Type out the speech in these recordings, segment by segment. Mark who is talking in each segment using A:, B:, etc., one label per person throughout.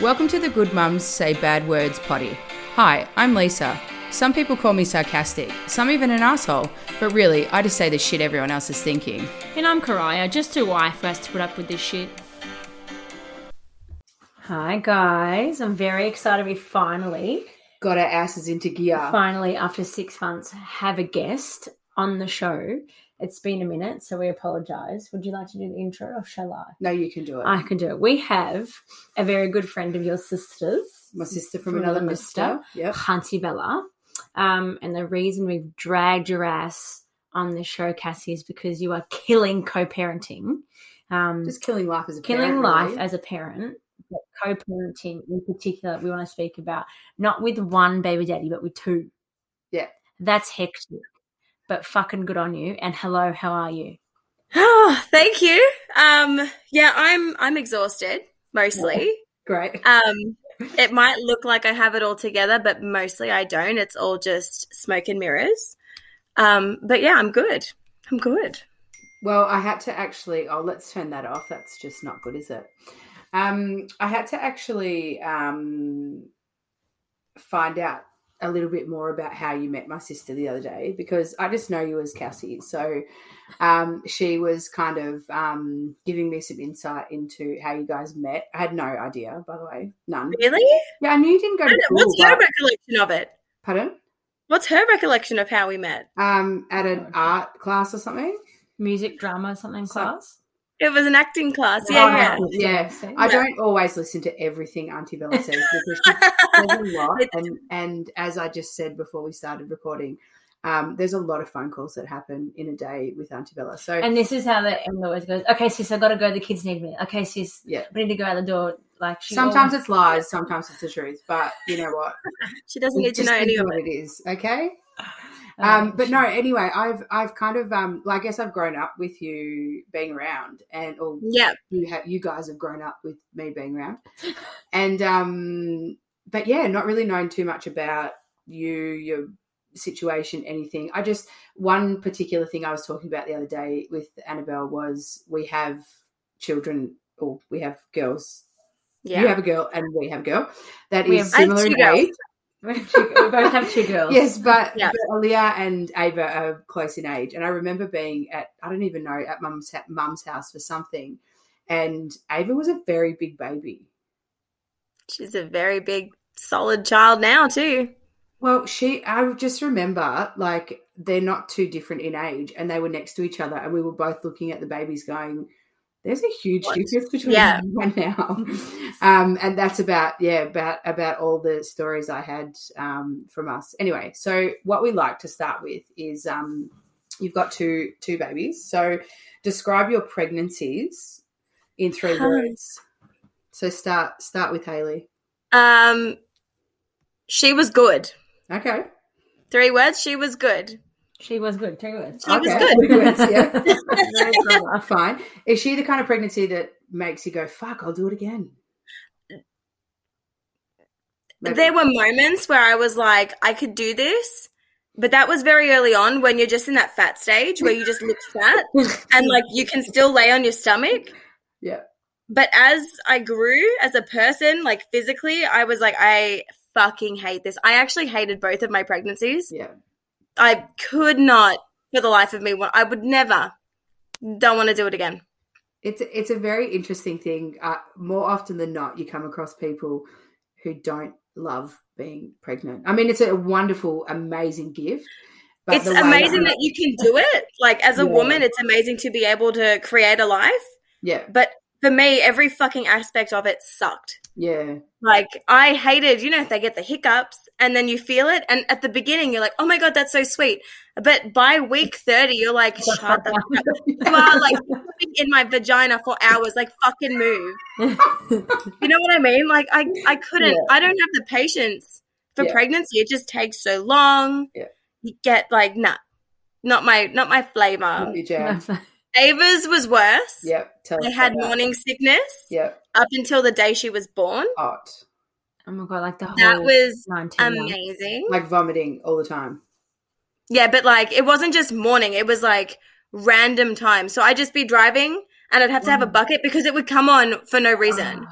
A: Welcome to the Good Mums Say Bad Words potty. Hi, I'm Lisa. Some people call me sarcastic, some even an asshole, but really, I just say the shit everyone else is thinking.
B: And I'm Karaya, just too why for us to put up with this shit. Hi guys, I'm very excited we finally,
A: Got our asses into gear.
B: finally after six months, have a guest on the show. It's been a minute, so we apologise. Would you like to do the intro or shall I?
A: No, you can do it.
B: I can do it. We have a very good friend of your sister's,
A: My sister
B: from another mister.
A: Yep.
B: Hunty Bella. Um, and the reason we've dragged your ass on this show, Cassie, is because you are killing co-parenting. Um,
A: Just killing life as a
B: killing
A: parent,
B: life
A: really.
B: as a parent, but co-parenting in particular, we want to speak about not with one baby daddy, but with two.
A: Yeah.
B: that's hectic. But fucking good on you. And hello, how are you?
C: Oh, thank you. Um, yeah, I'm I'm exhausted mostly.
A: Great.
C: Um, it might look like I have it all together, but mostly I don't. It's all just smoke and mirrors. Um, but yeah, I'm good. I'm good.
A: Well, I had to actually. Oh, let's turn that off. That's just not good, is it? Um, I had to actually um, find out a little bit more about how you met my sister the other day because I just know you as Cassie. So um, she was kind of um, giving me some insight into how you guys met. I had no idea, by the way, none.
C: Really?
A: Yeah, I knew you didn't go to school.
C: What's her
A: but-
C: recollection of it?
A: pardon?
C: What's her recollection of how we met?
A: Um, at an art class or something.
B: Music, drama, something
A: So-
B: class?
C: It was an acting class.
A: Oh,
C: Yeah,
A: yeah.
B: So-
A: I don't always listen to everything Auntie Bella says because she
C: yeah.
A: there's a lot, and and as I just said before we started recording, um, there's a lot of phone calls that happen in a day with Auntie Bella. So
B: And this is how the end always goes. Okay, sis, I gotta go. The kids need me. Okay, sis,
A: Yeah.
B: we need to go out the door. Like she
A: sometimes
B: always-
A: it's lies, sometimes it's the truth. But you know what?
C: she doesn't need to
A: Just
C: know any
A: think
C: of
A: what
C: it.
A: it is. Okay.
B: Um,
A: Um, but
B: she-
A: no, anyway, I've I've kind of um, well, I guess I've grown up with you being around, and or
C: Yeah.
A: you have you guys have grown up with me being around and um but yeah not really knowing too much about you your situation anything i just one particular thing i was talking about the other day with annabelle was we have children or we have girls
C: Yeah.
A: you have a girl and we have a girl that is
B: We have-
C: I have
A: similar
C: two
A: in
C: girls.
A: age
B: we have two- we both have two girls.
A: Yes, but,
C: Yeah.
A: but Aaliyah and Ava are close in age, and I remember being at I don't even know at mum's ha- mum's house for something, and Ava was a very big baby.
C: She's a very big, solid child now too.
A: Well, she I just remember like they're not too different in age, and they were next to each other, and we were both looking at the babies going. There's a huge
C: What?
A: difference between
C: Yeah.
A: you and now, um, and that's about yeah about about all the stories I had um, from us. Anyway, so what we like to start with is um, you've got two two babies. So describe your pregnancies in three
C: Huh.
A: words. So start start with Haley.
C: Um, she was good.
A: Okay,
C: Three words. She was good.
B: She was good.
A: Oh,
B: Three words.
C: She was
A: okay.
C: good.
A: Three words, yeah.
B: No drama.
A: fine. Is she the kind of pregnancy that makes you go, fuck, I'll do it again? Maybe.
C: There were moments where I was like, I could do this, but that was very early on when you're just in that fat stage where you just look fat and like you can still lay on your stomach.
A: Yeah.
C: But as I grew as a person, like physically, I was like, I fucking hate this. I actually hated both of my pregnancies.
A: Yeah.
C: I could not, for the life of me, want- I would never, don't want to do it again.
A: It's, it's a very interesting thing. Uh, more often than not, you come across people who don't love being pregnant. I mean, it's a wonderful, amazing gift.
C: it's
A: the way
C: amazing that you can do it. Like as a
A: Yeah.
C: woman, it's amazing to be able to create a life.
A: Yeah.
C: But for me, every fucking aspect of it sucked.
A: Yeah.
C: Like I hated, you know, if they get the hiccups and then you feel it, and at the beginning you're like, "Oh my god, that's so sweet," but by week thirty you're like, "Shut the fuck up." You are like sitting in my vagina for hours, like fucking move. You know what I mean? Like I, I couldn't.
A: Yeah.
C: I don't have the patience for
A: Yeah.
C: pregnancy. It just takes so long.
A: Yeah.
C: You get like, nah, not my, not my flavor.
A: Your jam.
C: Ava's was worse.
A: Yep. Tell
C: Um, I
A: us
C: had
A: about that.
C: morning sickness
A: Yep.
C: up until the day she was born.
A: Hot.
B: oh my god, like the whole
C: That was
B: 19 months.
C: amazing.
A: Like vomiting all the time.
C: Yeah, but like it wasn't just morning, it was like random time. So I'd just be driving and I'd have to have a
B: Wow. Oh,
C: bucket because it would come on for no reason.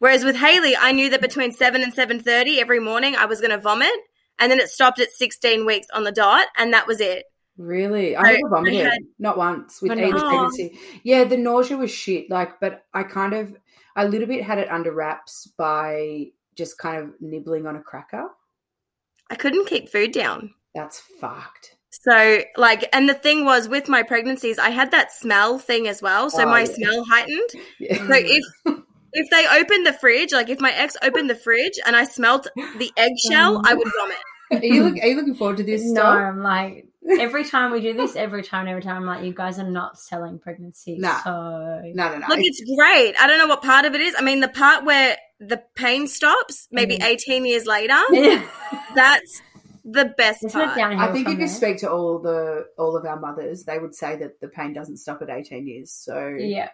C: Whereas with Haley, I knew that between seven and seven thirty every morning I was going to vomit, and then it stopped at sixteen weeks on the dot, and that was it.
A: Really, I
C: So,
A: never vomited.
C: I had-
A: not once with
B: Oh,
A: either
C: no.
A: pregnancy. Yeah, the nausea was shit. Like, but I kind of, I little bit had it under wraps by just kind of nibbling on a cracker.
C: I couldn't keep food down.
A: That's fucked.
C: So, like, and the thing was with my pregnancies, I had that smell thing as well. So
A: Oh,
C: my
A: yeah.
C: smell heightened.
A: Yeah.
C: So if if they opened the fridge, like if my ex opened the fridge and I smelt the eggshell, I would vomit.
A: Are you look, are you looking forward to this?
B: No,
A: Star?
B: I'm like every time we do this, every time, every time, I'm like, you guys are not selling pregnancy.
A: Nah.
B: So
A: no, no, no.
C: Look, it's great. I don't know what part of it is. I mean, the part where the pain stops, maybe
A: Mm-hmm.
B: Mm.
C: 18 years later,
B: yeah.
C: that's the best
B: Isn't it
C: part.
B: downhill?
A: I think if
B: from
A: you
B: there?
A: speak to all the all of our mothers, they would say that the pain doesn't stop at eighteen years. So
B: Yeah.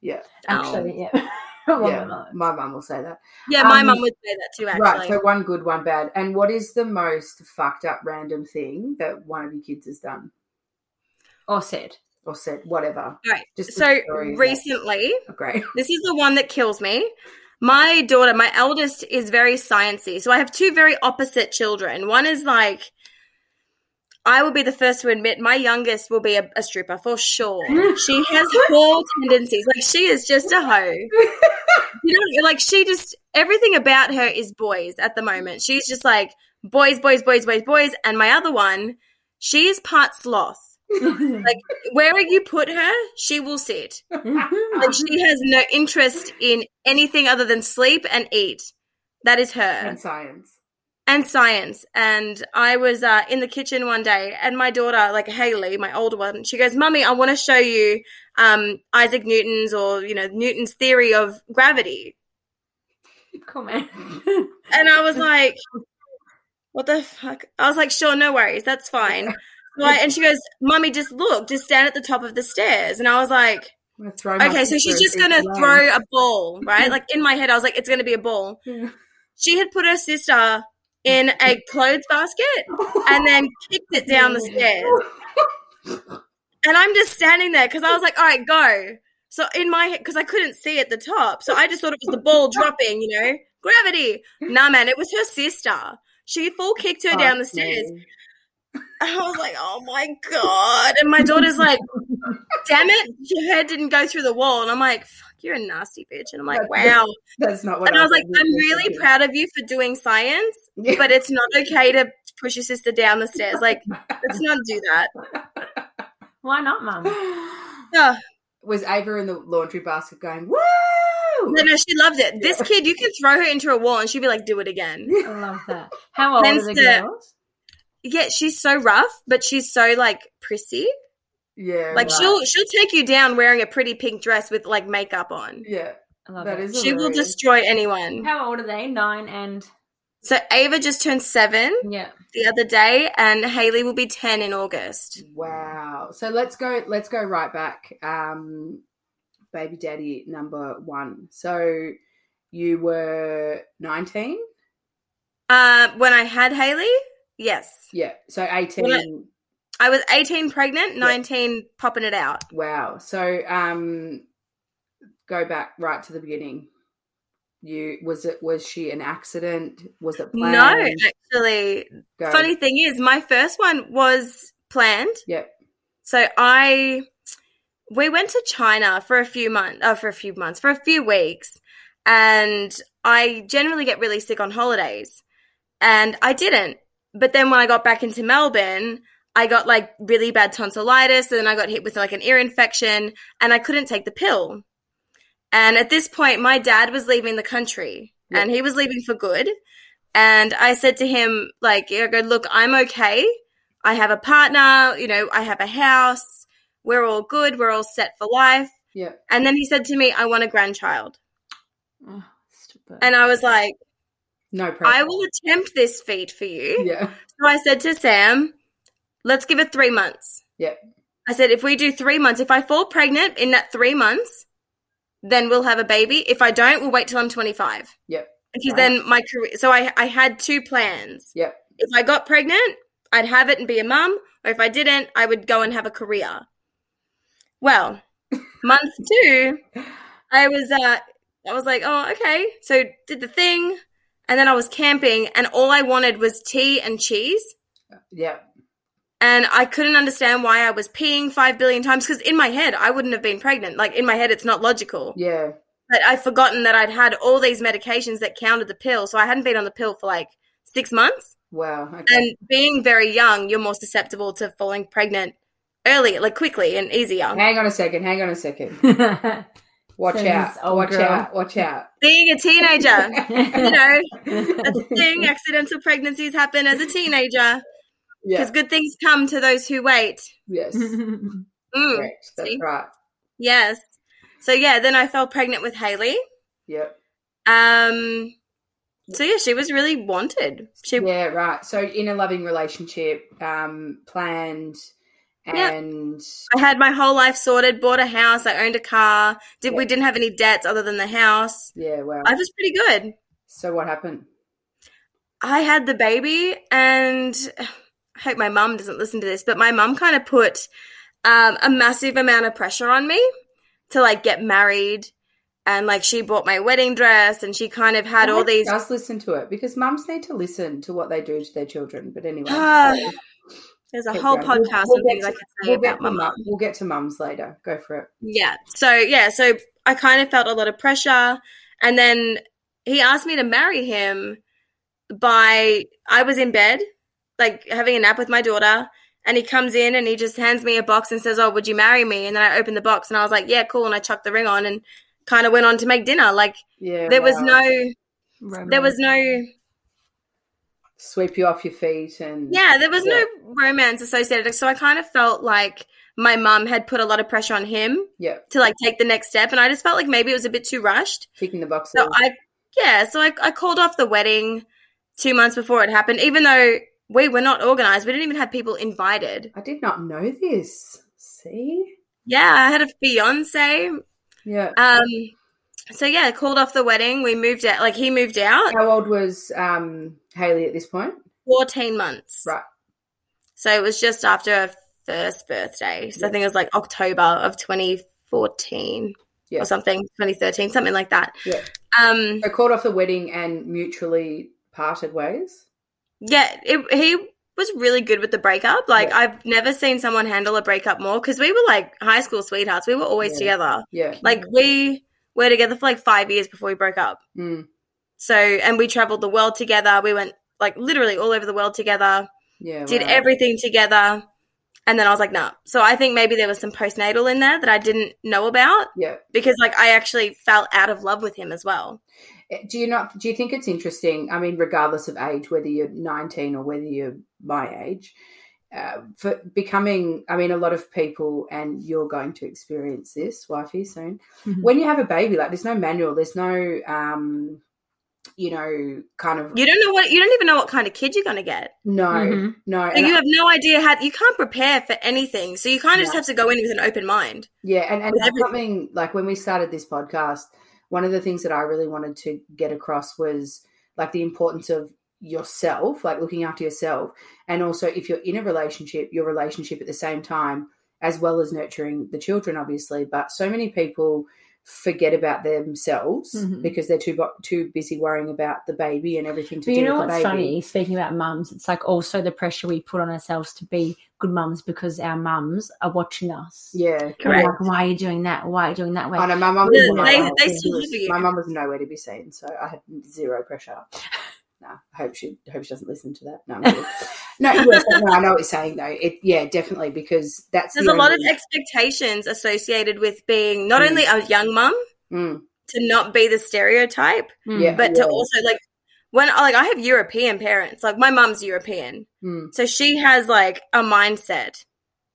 A: Yeah.
B: Actually, yeah. Well,
A: yeah,
B: no.
A: my mum will say that.
C: Yeah, my
A: Um,
C: mum would say that too,
A: Right,
C: actually.
A: so one good, one bad. And what is the most fucked up random thing that one of your kids has done
B: Or said.
A: or said, whatever?
C: Right,
A: Just the
C: so
A: story of that.
C: recently,
A: Oh, great.
C: This is the one that kills me. My daughter, my eldest, is very sciencey. So I have two very opposite children. One is like, I will be the first to admit my youngest will be a, a stripper for sure. She has all tendencies. Like she is just a hoe. You know, like she just everything about her is boys at the moment. She's just like boys, boys, boys, boys, boys. And my other one, she is part sloth. Where you put her, she will sit. Like she has no interest in anything other than sleep and eat. That is her
A: and science.
C: and science. And I was uh, in the kitchen one day, and my daughter, like Haley, my older one, she goes, "Mummy, I want to show you um, Isaac Newton's or you know Newton's theory of gravity."
B: cool, man.
C: And I was like, "What the fuck?" I was like, "Sure, no worries, that's fine." Right, and she goes, "Mummy, just look, just stand at the top of the stairs." And I was like.
A: I'm gonna throw my
C: Okay, so she's
A: sister
C: just
A: a big
C: gonna
A: blow.
C: throw a ball, right? Like in my head, I was like, it's gonna be a ball.
A: Yeah.
C: She had put her sister in a clothes basket and then kicked it down the stairs. And I'm just standing there because I was like, all right, go. So in my head, because I couldn't see at the top, so I just thought it was the ball dropping, you know, gravity. Nah, man, it was her sister. She full kicked her down the
A: Fuck me.
C: stairs. And I was like, oh my God. And my daughter's like, damn it, your head didn't go through the wall. And I'm like, fuck, you're a nasty bitch. And I'm like, wow.
A: That's not what
C: And I was like,
A: would
C: I'm
A: do.
C: really proud of you for doing science,
A: Yeah.
C: but it's not okay to push your sister down the stairs. Like, let's not do that.
B: Why not, Mum?
C: Oh,
A: Was Ava in the laundry basket going, woo?
C: no, no, she loved it. This kid, you can throw her into a wall and she'd be like, do it again.
B: I love that. How old are the
C: Men's, uh,
B: girls?
C: Yeah, she's so rough, but she's so like prissy.
A: Yeah.
C: Like
A: right.
C: she'll she'll take you down wearing a pretty pink dress with like makeup on.
A: Yeah,
B: I love
A: that
B: it.
A: is
C: She will
A: hilarious.
C: destroy anyone.
B: How old are they? Nine and
C: So Ava just turned seven
B: yeah.
C: the other day, and Haley will be ten in August.
A: Wow. So let's go. Let's go right back. Um, baby daddy number one. So you were nineteen.
C: Uh, when I had Haley, yes,
A: Yeah. So eighteen.
C: I was eighteen, pregnant, nineteen, popping it out.
A: Wow. So um, go back right to the beginning. You was it? Was she an accident? Was it planned?
C: No, actually,
A: Go.
C: funny thing is, my first one was planned.
A: Yep.
C: So I we went to China for a few months, uh, for a few months, for a few weeks, and I generally get really sick on holidays, and I didn't. But then when I got back into Melbourne, I got like really bad tonsillitis, and then I got hit with like an ear infection, and I couldn't take the pill. And at this point, my dad was leaving the country,
A: Yeah.
C: and he was leaving for good. And I said to him, like, I go, look, I'm okay. I have a partner, you know, I have a house. We're all good. We're all set for life.
A: Yep.
C: And then he said to me, I want a grandchild.
B: Oh, stupid.
C: And I was like,
A: No problem.
C: I will attempt this feat for you.
A: Yeah.
C: So I said to Sam, let's give it three months.
A: Yep.
C: I said, if we do three months, if I fall pregnant in that three months, then we'll have a baby. If I don't, we'll wait till I'm 25.
A: Yep.
C: Because
A: Right.
C: then my career, so I, I had two plans.
A: Yep.
C: if I got pregnant, I'd have it and be a mum, or if I didn't, I would go and have a career. Well, month two, I was uh, I was like, oh, okay. So did the thing. And then I was camping and all I wanted was tea and cheese.
A: Yeah.
C: And I couldn't understand why I was peeing five billion times because in my head, I wouldn't have been pregnant. Like in my head, it's not logical.
A: Yeah.
C: But I'd forgotten that I'd had all these medications that counted the pill. So I hadn't been on the pill for like six months.
A: Wow. Okay.
C: And being very young, you're more susceptible to falling pregnant early, like quickly and easier.
A: hang on a second. Hang on a second. Watch
B: So
A: out.
B: this old
A: Watch
B: girl-
A: out. Watch out.
C: Being a teenager, you know, that's the thing. Accidental pregnancies happen as a teenager because
A: Yeah.
C: good things come to those who wait.
A: Yes.
C: Mm,
A: Correct. That's
C: See?
A: right.
C: Yes. So yeah, then I fell pregnant with Haley.
A: Yep.
C: Um. So yeah, she was really wanted. She
A: Yeah, right. So in a loving relationship, um, planned
C: Yep.
A: and
C: I had my whole life sorted. Bought a house. I owned a car. Did we didn't have any debts other than the house.
A: yeah, wow.
C: I was pretty good.
A: so what happened?
C: I had the baby, and I hope my mum doesn't listen to this, but my mum kind of put um, a massive amount of pressure on me to like get married, and like she bought my wedding dress, and she kind of had all
A: Mum
C: these.
A: does listen to it because mums need to listen to what they do to their children. But anyway,
C: Ah,
A: sorry.
C: There's a
A: Okay,
C: whole
A: yeah, we'll-
C: podcast
A: we'll
C: on things
A: get
C: I
A: to-
C: can say
A: we'll get
C: about my
A: to
C: mum.
A: mum. We'll get to mums later. Go for it.
C: Yeah. So yeah, so I kind of felt a lot of pressure and then he asked me to marry him by I was in bed, like having a nap with my daughter, and he comes in and he just hands me a box and says, "Oh, would you marry me?" And then I opened the box and I was like, "Yeah, cool." And I chucked the ring on and kind of went on to make dinner. Like
A: Yeah,
C: there was
A: wow.
C: no there was no
A: sweep you off your feet and
C: yeah, there was
A: Yeah.
C: no romance associated. So I kind of felt like my mum had put a lot of pressure on him
A: yeah,
C: to like take the next step and I just felt like maybe it was a bit too rushed.
A: kicking the boxes.
C: So I, yeah, so I, I called off the wedding two months before it happened, even though we were not organized. We didn't even have people invited.
A: I did not know this. See,
C: Yeah, I had a fiance.
A: yeah.
C: Um, so yeah, I called off the wedding. We moved out, like he moved out
A: How old was um, Haley at this point?
C: 14 months.
A: Right.
C: So it was just after her first birthday. So I think it was like October of 2014
A: Yeah.
C: or something, 2013, something like that.
A: Yeah.
C: Um,
A: So called off the wedding and mutually parted ways.
C: Yeah, it, he was really good with the breakup. Like
A: Yeah.
C: I've never seen someone handle a breakup more because we were like high school sweethearts. We were always
A: Yeah.
C: together.
A: Yeah.
C: Like we were together for like five years before we broke up.
A: Mm,
C: So and we traveled the world together. We went like literally all over the world together.
A: yeah.
C: Did
A: Oh, wow.
C: everything together. And then I was like, nah. So I think maybe there was some postnatal in there that I didn't know about
A: Yeah.
C: because like I actually fell out of love with him as well.
A: Eh, Do you not? Do you think it's interesting? I mean, regardless of age, whether you're 19 or whether you're my age, uh, for becoming. I mean, a lot of people, and you're going to experience this, wifey, soon.
C: Hmm.
A: When you have a baby, like there's no manual, there's no, um, you know, kind of
C: You don't know what you don't even know what kind of kid you're gonna get.
A: no,
B: Mhm.
A: no.
C: Mm-hmm. So
A: and
C: you
A: I-
C: have no idea how you can't prepare for anything. So you kind of just
A: No.
C: have to go in with an open mind.
A: Yeah, and, and
C: With
A: that's
C: everything.
A: something like when we started this podcast, one of the things that I really wanted to get across was like the importance of yourself, like looking after yourself, and also if you're in a relationship, your relationship at the same time, as well as nurturing the children, obviously. But so many people forget about themselves
B: Mhm.
A: because they're too bu- too busy worrying about the baby and everything to
B: But
A: do
B: you know
A: with
B: what's
A: the baby.
B: funny? Speaking about mums, it's like also the pressure we put on ourselves to be good mums because our mums are watching us.
A: Yeah.
B: And they're
C: Correct.
B: Like, why are you doing that? Why are you doing that way?
A: I know my mum.
C: They-
A: was nowhere
C: they
A: to be seen.
C: still love you.
A: My mum was nowhere to be seen, so I had zero pressure. No, I hope she I hope she doesn't listen to that. No, I'm kidding. no, yes, but no, I know what you're saying though. It yeah, definitely because that's
C: There's
A: the
C: a lot of
A: only-
C: expectations associated with being not
A: Mm.
C: only a young mum
A: Mm,
C: to not be the stereotype,
B: Hmm.
A: Yeah.
C: Mm, but to also like when like I have European parents. Like my mum's European,
A: mm.
C: so she has like a mindset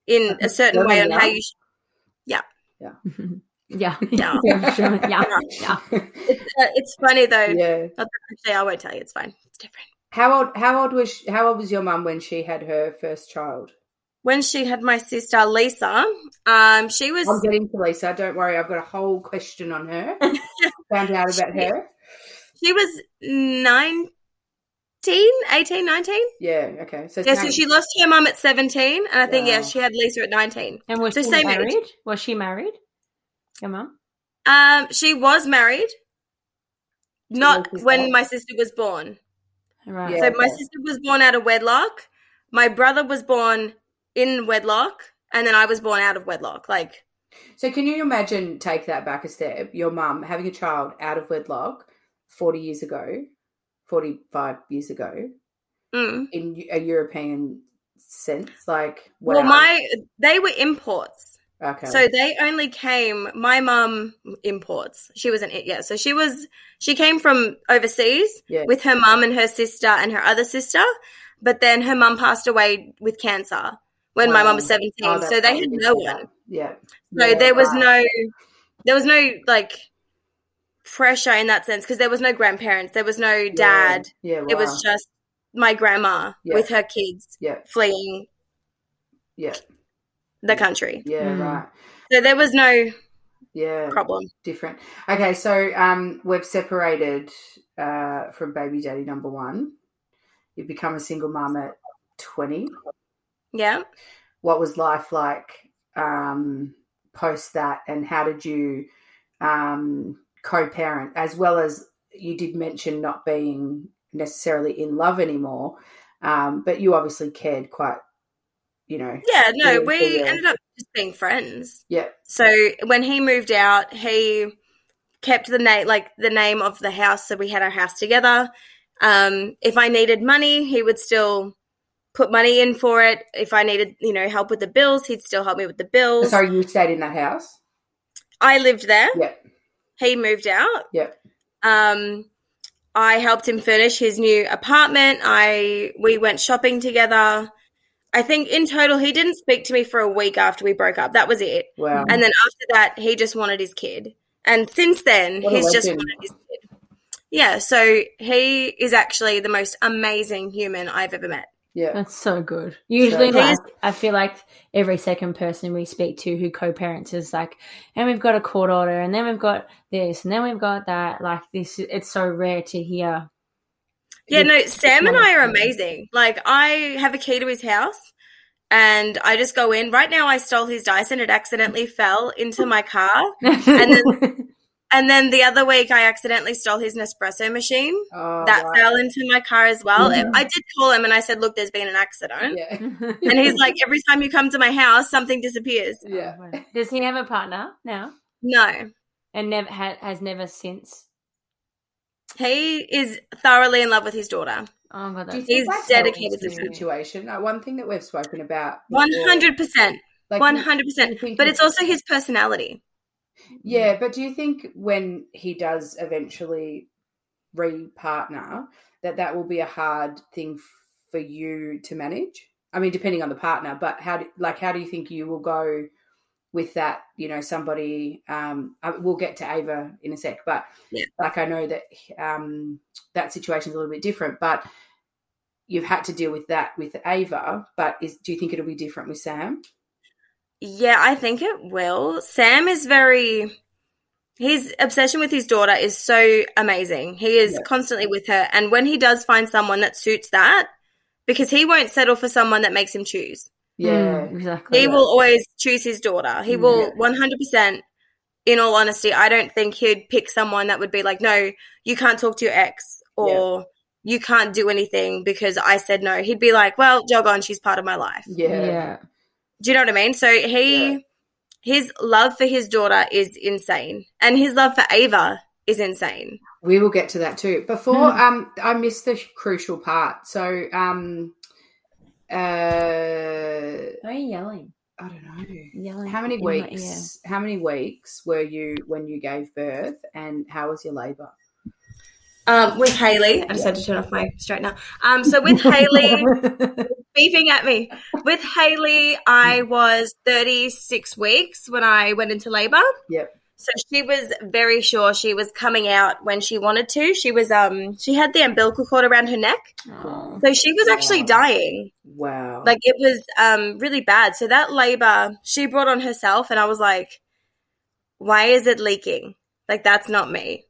C: in a certain way on how you. Should,
B: yeah.
C: Yeah.
B: yeah. Sure. Yeah. Yeah.
C: uh, it's funny though.
A: yeah.
C: Actually, I won't tell you. It's fine. It's different.
A: How old? How old was? She, how old was your mum when she had her first child?
C: When she had my sister Lisa, um, she was
A: I'm getting to Lisa. Don't worry, I've got a whole question on her. Found out about her.
C: she was 19, 18, 19.
A: Yeah. Okay. So
C: Yeah, so
A: same.
C: she lost her mum at 17, and I think, yeah,
A: Wow.
C: she had Lisa at 19.
B: And was
C: The
B: she
C: same age.
B: married? Was she married? Your mum?
C: Um, she was married. Not when my sister was born.
B: Right.
A: Yeah.
C: So my sister was born out of wedlock. My brother was born in wedlock, and then I was born out of wedlock. Like,
A: So can you imagine take that back a step? Your mum having a child out of wedlock 40 years ago, 45 years ago
C: mm.
A: in a European sense like
C: well,
A: wow.
C: my they were imports,
A: okay.
C: so they only came. My mum imports. She was an it, yeah. So she was she came from overseas
A: Yeah.
C: with her mum and her sister and her other sister, but then her mum passed away with cancer when my mum was
A: Wow.
C: seventeen.
A: Oh, that's
C: so they
A: right.
C: had
A: You
C: no
A: said
C: one.
A: that. Yeah.
C: So
A: Yeah,
C: there was
A: right.
C: no, there was no like pressure in that sense because there was no grandparents, there was no
A: Yeah.
C: dad.
A: Yeah.
C: It
A: wow.
C: was just my grandma
A: Yeah.
C: with her kids
A: yeah.
C: fleeing
A: Yeah.
C: the country.
A: Yeah.
B: Mm.
A: Right.
C: So there was no
A: Yeah.
C: problem.
A: Different. Okay. So um, we've separated uh, from baby daddy number one. You become a single mom at 20.
C: Yeah.
A: What was life like um, post that? And how did you um, co parent? As well as you did mention not being necessarily in love anymore, um, but you obviously cared quite, you know.
C: Yeah. No,
A: Yeah,
C: we
A: yeah.
C: ended up just being friends.
A: Yeah.
C: So when he moved out, he kept the name like the name of the house, so we had our house together. Um, if I needed money, he would still put money in for it. If I needed, you know, help with the bills, he'd still help me with the bills.
A: Sorry, you stayed in that house?
C: I lived there.
A: Yeah.
C: He moved out.
A: Yeah.
C: Um, I helped him furnish his new apartment. I we went shopping together. I think in total he didn't speak to me for a week after we broke up. That was it.
A: Wow.
C: And then after that, he just wanted his kid. And since then,
A: What a
C: he's just
A: legend.
C: wanted his kid. Yeah, so he is actually the most amazing human I've ever met.
A: yeah.
B: That's so good. Usually,
A: So-
B: like, I feel like every second person we speak to who co-parents is like, and we've got a court order, and then we've got this, and then we've got that. Like this, it's so rare to hear.
C: Yeah, no,
B: this
C: Sam and I are
B: wonderful-
C: amazing. Like, I have a key to his house and I just go in. Right now, I stole his Dyson. It accidentally fell into my car. then- And then the other week, I accidentally stole his Nespresso machine.
A: Oh,
C: That
A: wow. Mm-hmm.
C: fell into my car as well.
B: Yeah.
C: I did call him and I said, Look, there's been an accident.
A: Yeah.
C: And he's like, Every time you come to my house, something disappears.
A: Yeah.
B: Oh, Does he have a partner now?
C: No.
B: And never ha- has never since.
C: He is thoroughly in love with his daughter.
B: Oh my god,
A: Do you
B: that's- Mm,
A: think
C: He's
A: that
C: dedicated
A: helps
C: to
A: the
B: family.
A: situation. Uh, one thing that we've spoken about. before,
C: 100%.
A: like,
C: 100%.
A: you think
C: But
A: he-
C: it's also his personality.
A: Yeah, but do you think when he does eventually re-partner that that will be a hard thing for you to manage? I mean, depending on the partner, but how do, like how do you think you will go with that? You know, somebody. Um, I, we'll get to Ava in a sec, but
C: Yeah.
A: like I know that um, that situation's a little bit different, but you've had to deal with that with Ava. But is, do you think it'll be different with Sam?
C: Yeah, I think it will. Sam is very. His obsession with his daughter is so amazing. He is
A: Yeah.
C: constantly with her. And when he does find someone that suits that, because he won't settle for someone that makes him choose,
A: Yeah,
B: Mm, exactly.
C: he will always choose his daughter. He will 100%, in all honesty, I don't think he'd pick someone that would be like, no, you can't talk to your ex or you can't do anything because I said no. He'd be like, well, jog on. She's part of my life.
A: yeah,
B: yeah.
C: Do you know what I mean? So he,
A: Yeah.
C: his love for his daughter is insane, and his love for Ava is insane.
A: We will get to that too. Before
C: Mm.
A: um I missed the crucial part. So um uh I
B: Why are you yelling?
A: don't know.
B: Yelling.
A: How many
B: in my ear.
A: weeks how many weeks were you when you gave birth and how was your labor?
C: Um, with Haley, I just had to turn off my straightener. Um, so with Haley beeping at me, with Haley, I
A: Mm.
C: was thirty six weeks when I went into labor.
A: Yep.
C: So she was very sure she was coming out when she wanted to. She was um she had the umbilical cord around her neck,
B: Oh.
C: so she was actually
A: Wow.
C: dying.
A: Wow.
C: like it was um really bad so that labor she brought on herself and i was like why is it leaking like that's not me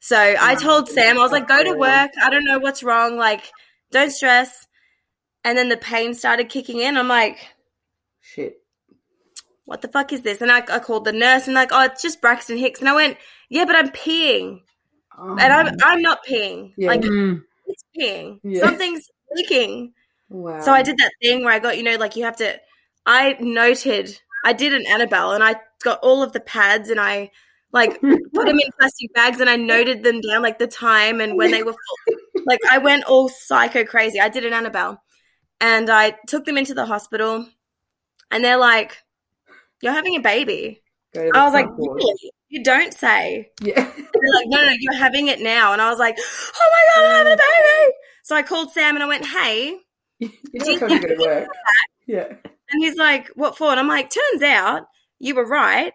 C: so i
A: Mm,
C: told sam i was like go to
A: absolutely.
C: work i don't know what's wrong like don't stress and then the pain started kicking in i'm like
A: shit.
C: what the fuck is this and i, I called the nurse and like oh it's just braxton hicks and i went yeah but i'm peeing
A: Oh,
C: and I'm I'm not peeing.
A: Yeah.
C: Like
B: Mm.
C: it's peeing.
A: Yeah.
C: Something's leaking.
A: Oh, wow.
C: So I did that thing where I got, you know, like you have to. I noted, I did an Annabelle and I got all of the pads and I like put them in plastic bags and I noted them down, like the time and when they were full. Like I went all psycho crazy. I did an Annabelle and I took them into the hospital and they're like, You're having a baby.
A: Go to the
C: I was like,
A: front door.
C: really? You don't say.
A: yeah.
C: They're like, no, no, you're having it now. And I was like, oh my God, I have a baby. So I called Sam and I went, hey.
A: You're not trying to go to work. Yeah.
C: And he's like, what for? And I'm like, turns out you were right.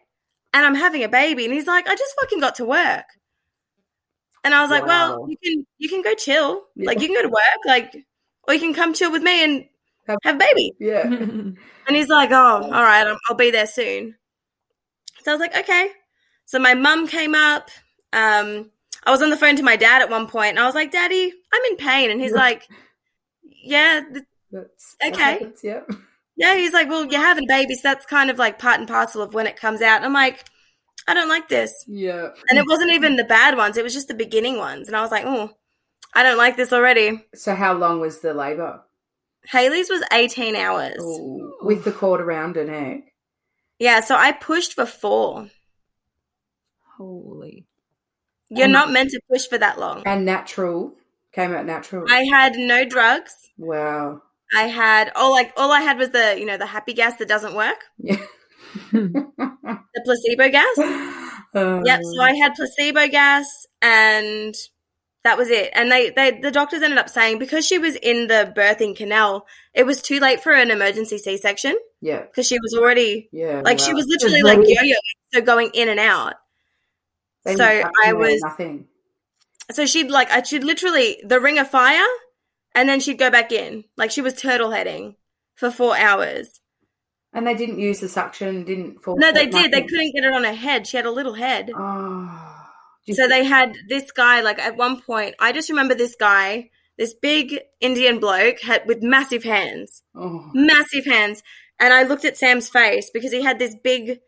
C: And I'm having a baby. And he's like, I just fucking got to work. And I was like,
A: Wow.
C: well, you can you can go chill. Like you can go to work, like or you can come chill with me and
A: Have-
C: have a baby.
A: Yeah.
B: Mm.
C: And he's like, "Oh, all right, I'm- I'll be there soon." So I was like, "Okay." So my mum came up. Um, I was on the phone to my dad at one point, and I was like, "Daddy, I'm in pain," and he's like, "Yeah, th-
A: That's
C: Okay.
A: That's, yeah.
C: yeah." He's like, "Well, you're having babies. That's kind of like part and parcel of when it comes out." And I'm like, "I don't like this,"
A: Yeah.
C: and it wasn't even the bad ones; it was just the beginning ones, and I was like, "Oh, I don't like this already."
A: So how long was the labour?
C: Haley's was 18 hours.
A: Ooh, With the cord around an egg.
C: Yeah, so I pushed for four.
B: Holy.
C: You're
A: And-
C: not meant to push for that long.
A: And natural. Came out natural.
C: I had no drugs.
A: wow.
C: I had all like all I had was the you know the happy gas that doesn't work,
A: Yeah.
C: the placebo gas.
A: Um,
C: yep. So I had placebo gas, and that was it. And they they the doctors ended up saying because she was in the birthing canal, it was too late for an emergency C section
A: yeah.
C: because she was already
A: Yeah.
C: like she
A: Oh, wow.
C: was literally like yo yo, so going in and out.
A: They
C: so
A: were
C: I
A: nothing or
C: was-
A: nothing.
C: So she'd like I she'd literally the ring of fire, and then she'd go back in like she was turtle heading for four hours.
A: And they didn't use the suction, didn't fall.
C: No, they did. They couldn't get it on her head. She had a little head.
A: Oh. Do you
C: So
A: think-
C: they had this guy, like at one point, I just remember this guy, this big Indian bloke had with massive hands,
A: Oh.
C: massive hands. And I looked at Sam's face because he had this big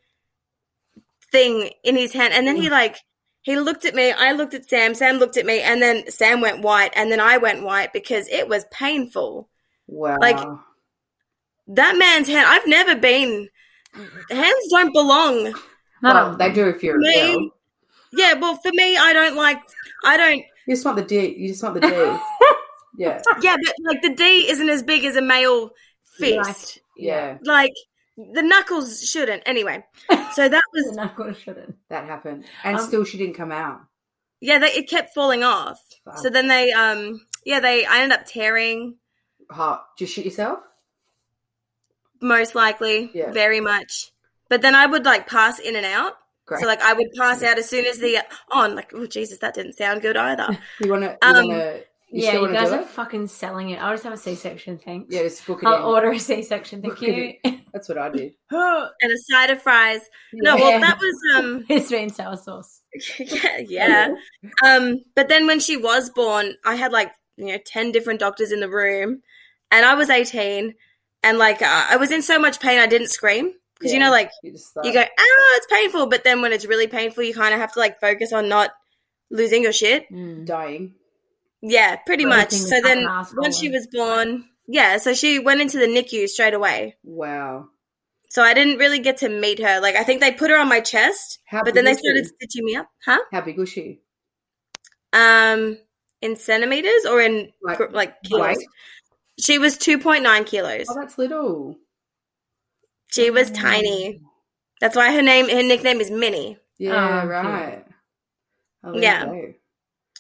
C: thing in his hand. And then he like, he looked at me, I looked at Sam, Sam looked at me, and then Sam went white, and then I went white because it was painful.
A: Wow.
C: like- That man's hand, I've never been, hands don't belong
B: Not
A: Well,
B: a-
A: they do if you're a
C: Me?
A: girl.
C: Yeah, well, for me, I don't like. I don't.
A: You just want the D. You just want the D. yeah.
C: Yeah, but like the D isn't as big as a male fist.
A: Yeah.
C: Like the knuckles shouldn't. Anyway, so that was
B: No, I shouldn't.
A: That happened. And
B: Um,
A: still she didn't come out.
C: yeah. They, it kept falling off.
A: Fuck.
C: So then they um yeah they I ended up tearing
A: Heart. Did you shit yourself?
C: most likely
A: Yeah.
C: very much. But then I would like pass in and out.
A: Great.
C: So like I would pass out as soon as the on like oh Jesus that didn't sound good either.
A: you want to?
C: um,
A: you wanna, you
B: yeah,
A: still
B: you
A: want to
B: guys
A: do
B: are
A: it?
B: fucking selling it. I'll just have a C section, thanks.
A: Yeah, just book it in.
B: I'll order a C section, thank
A: Look at
B: you.
A: That's what I did.
C: and a side of fries. No, well
B: Yeah.
C: that was um
B: it's been sour sauce.
C: yeah, yeah. Um, but then when she was born, I had like you know ten different doctors in the room, and I was eighteen, and like uh, I was in so much pain I didn't scream because you
A: Yeah.
C: know like
A: You just like,
C: you go oh it's painful, but then when it's really painful you kind of have to like focus on not losing your shit.
A: Mm. dying.
C: Yeah, pretty
B: Everything
C: much.
B: was
C: So then
B: fucking asshole.
C: once she was born, yeah, so she went into the NICU straight away.
A: Wow.
C: So I didn't really get to meet her. Like I think they put her on my chest,
A: How
C: but then they
A: big was
C: started
A: she?
C: stitching me up, huh?
A: How big was she?
C: um in centimeters or in
A: Like,
C: gr- like kilos.
A: Weight?
C: She was 2.9 kilos.
A: Oh, that's little.
C: She was tiny. That's why her name her nickname is Minnie.
A: Yeah,
B: Oh,
A: right. Oh, there
C: Um, Yeah.
A: you go.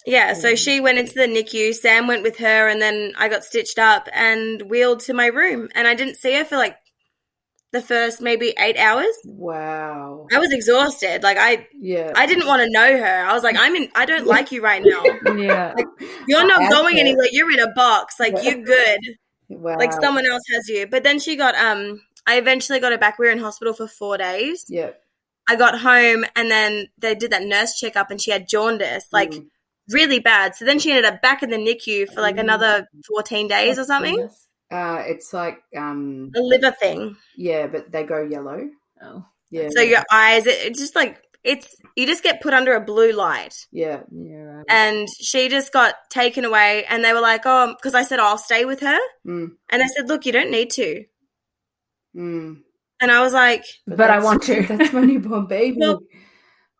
C: Yeah, so
A: Mm.
C: she went into the NICU, Sam went with her and then I got stitched up and wheeled to my room and I didn't see her for like the first maybe 8 hours.
A: Wow.
C: I was exhausted. Like I
A: Yeah.
C: I didn't want to know her. I was like I'm in I don't like you right now.
B: Yeah.
C: You're not
A: That's
C: going
A: it.
C: anywhere. You're in a box. Like
A: Yeah.
C: you're good.
A: Wow.
C: like someone else has you. But then she got um I eventually got her back. We were in hospital for four days.
A: Yeah.
C: I got home and then they did that nurse checkup and she had jaundice, like
A: Mm.
C: really bad. So then she ended up back in the NICU for like
B: Mm.
C: another fourteen days or
B: Hmm.
C: something.
A: Uh, it's like um,
C: A liver thing.
A: yeah, but they go yellow.
B: Oh.
A: Yeah.
C: So your eyes, it, it just like it's you just get put under a blue light.
A: Yeah.
B: Yeah, right.
C: And she just got taken away, and they were like, "Oh," because I said, "I'll stay with her,"
A: Mm.
C: and they said, "Look, you don't need to."
A: Mm.
C: And I was like,
B: But I
A: that's-
B: want to.
A: That's my newborn baby.
C: Well-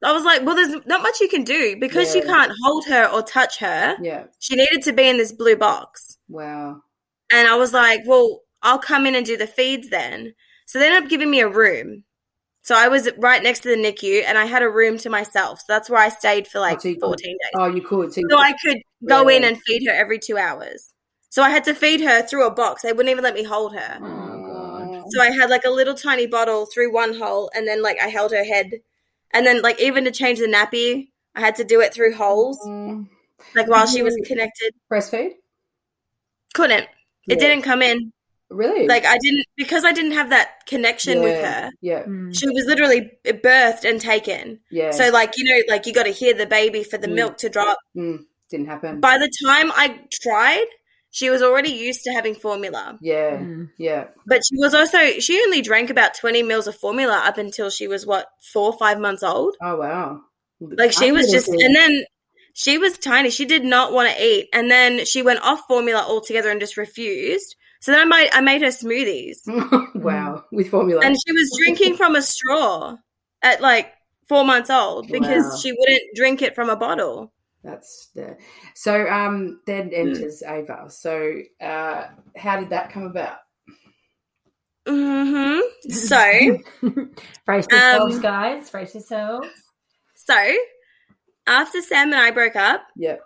C: I was like, "Well, there's not much you can do because you
A: Yeah.
C: can't hold her or touch her.
A: yeah.
C: She needed to be in this blue box."
A: Wow.
C: And I was like, well, I'll come in and do the feeds then. So they ended up giving me a room. So I was right next to the NICU and I had a room to myself. So that's where I stayed for like
A: so you
C: 14
A: could-
C: days.
A: Oh, you could. So, you
C: So I could go in
A: Yeah.
C: and feed her every two hours. So I had to feed her through a box. They wouldn't even let me hold her.
B: Oh,
C: So I had like a little tiny bottle through one hole and then like I held her head. And then like even to change the nappy, I had to do it through holes.
A: Mm.
C: Like while she was
A: Mhm.
C: connected.
A: breastfeed.
C: Couldn't. It
A: Yeah.
C: didn't come in.
A: Really?
C: like I didn't because I didn't have that connection with
A: Yeah.
C: her.
A: Yeah.
B: Mm.
C: She was literally birthed and taken.
A: Yeah.
C: So like you know, like you got to hear the baby for the
A: Mm.
C: milk to drop.
A: mm. Didn't happen.
C: By the time I tried, she was already used to having formula,
A: yeah.
B: Mm.
A: Yeah.
C: but she was also she only drank about twenty mils of formula up until she was what four five months old.
A: Oh wow.
C: Like
A: Tiny
C: she was
A: little
C: just,
A: thing.
C: and then she was tiny. She did not want to eat, and then she went off formula altogether and just refused. So then I made I made her smoothies.
A: Oh. wow. With formula.
C: Mm. and she was drinking from a straw at like four months old because
A: Wow.
C: she wouldn't drink it from a bottle.
A: That's the so um then
C: Mm.
A: enters Ava. So uh how did that come about?
C: hmm So,
B: Brace yourselves,
C: Um,
B: guys. Brace yourselves.
C: so after Sam and I broke up,
A: Yep,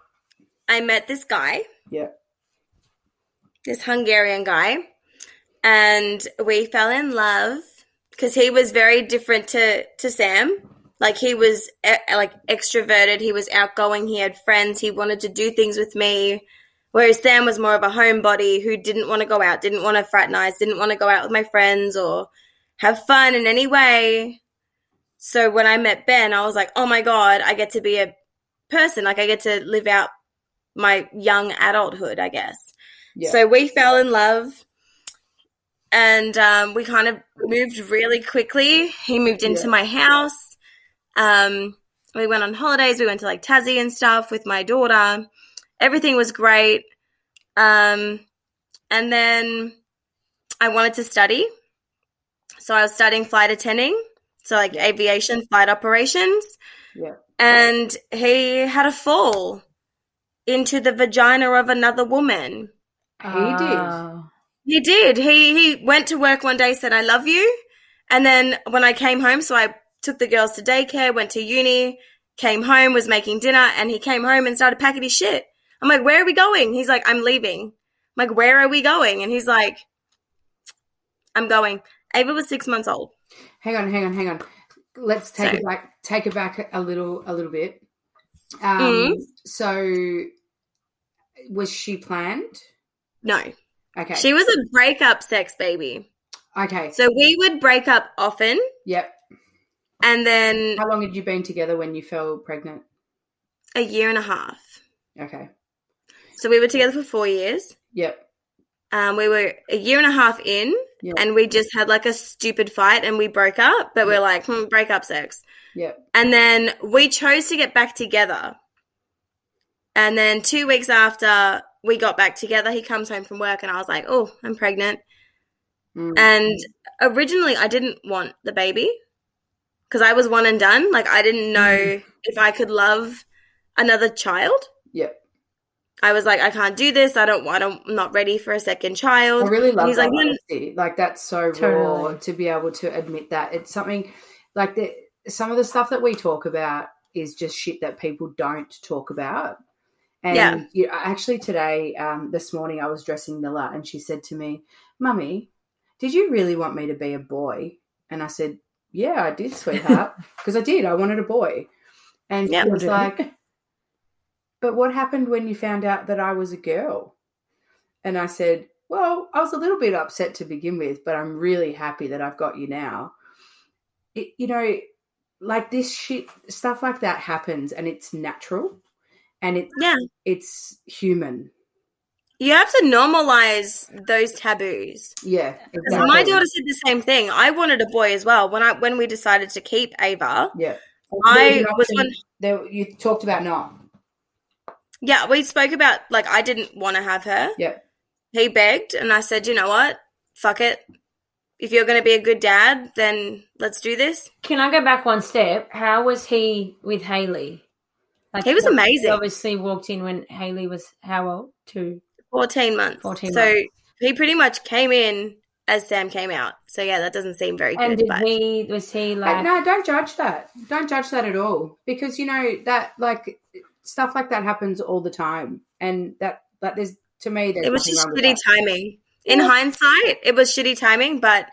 C: I met this guy,
A: yep.
C: this Hungarian guy, and we fell in love because he was very different to to Sam. Like he was eh, like extroverted, he was outgoing, he had friends, he wanted to do things with me. Whereas Sam was more of a homebody who didn't want to go out, didn't want to fraternize, didn't want to go out with my friends or have fun in any way. So when I met Ben, I was like, oh my God, I get to be a person. Like I get to live out my young adulthood, I guess.
A: Yeah.
C: So we fell in love and um, we kind of moved really quickly. He moved into
A: Yeah.
C: my house. Um, we went on holidays. We went to like Tassie and stuff with my daughter. Everything was great. Um, and then I wanted to study. So I was studying flight attending. So like
A: Yeah.
C: aviation, flight operations.
A: Yeah.
C: And he had a fall into the vagina of another woman.
A: He
B: Oh.
C: He did. He he went to work one day, said I love you, and then when I came home, so I took the girls to daycare, went to uni, came home, was making dinner, and he came home and started packing his shit. I'm like, where are we going? He's like, I'm leaving. I'm like, where are we going? And he's like, I'm going. Ava was six months old.
A: did. Hang on, hang on, hang on. Let's take
C: So-
A: it back take it back a little a little bit. Um
C: Mhm.
A: so was she planned?
C: No,
A: Okay.
C: she was a breakup sex baby.
A: okay.
C: So we would break up often,
A: Yep.
C: and then
A: How long had you been together when you fell pregnant?
C: a year and a half.
A: Okay.
C: So we were together for four years.
A: Yep.
C: Um, we were a year and a half in,
A: Yeah.
C: and we just had like a stupid fight, and we broke up. But we're like, hmm, break up sex,
A: Yep.
C: and then we chose to get back together. And then two weeks after we got back together, he comes home from work, and I was like, oh, I'm pregnant.
A: Mm.
C: And originally, I didn't want the baby because I was one and done. Like I
A: Mm.
C: didn't know if I could love another child.
A: Yep.
C: I was like, I can't do this. I don't. I don't. I'm not ready for a second
A: I
C: child.
A: really love
C: he's
A: that
C: like, "No, no."
A: honesty. Like that's so raw
B: Totally.
A: to be able to admit that. It's something like the, some of the stuff that we talk about is just shit that people don't talk about. And
C: Yeah.
A: you, actually today, um, this morning I was dressing Miller and she said to me, Mummy, did you really want me to be a boy? And I said, Yeah, I did, sweetheart. Because I did. I wanted a boy. And
C: Yeah.
A: she was
B: Children.
A: like, But what happened when you found out that I was a girl? And I said, Well, I was a little bit upset to begin with, but I'm really happy that I've got you now. It, you know, like this shit, stuff like that happens and it's natural and it's,
C: Yeah.
A: it's human.
C: You have to normalize those taboos.
A: Yeah.
C: 'Cause My
A: exactly.
C: daughter said the same thing. I wanted a boy as well when I when we decided to keep Ava.
A: Yeah.
C: I
A: Not
C: was
A: to-
C: one.
A: there, you talked about not.
C: Yeah, we spoke about like I didn't want to have her.
A: Yep.
C: He begged, and I said, you know what? Fuck it. If you're going to be a good dad, then let's do this.
B: Can I go back one step? How was he with Haley? Like
C: He was amazing.
B: Obviously, walked in when Haley was how old? Two.
C: 14 months.
B: 14
C: so
B: months.
C: he pretty much came in as Sam came out. So yeah, that doesn't seem very
B: And
C: good.
B: did
C: But
B: he? Was he
A: But
B: like?
A: no, don't judge that. Don't judge that at all because you know that like stuff like that happens all the time, and that like there's to me there's
C: it was
A: nothing
C: just
A: wrong with
C: shitty
A: that.
C: timing. In hindsight, it was shitty timing, but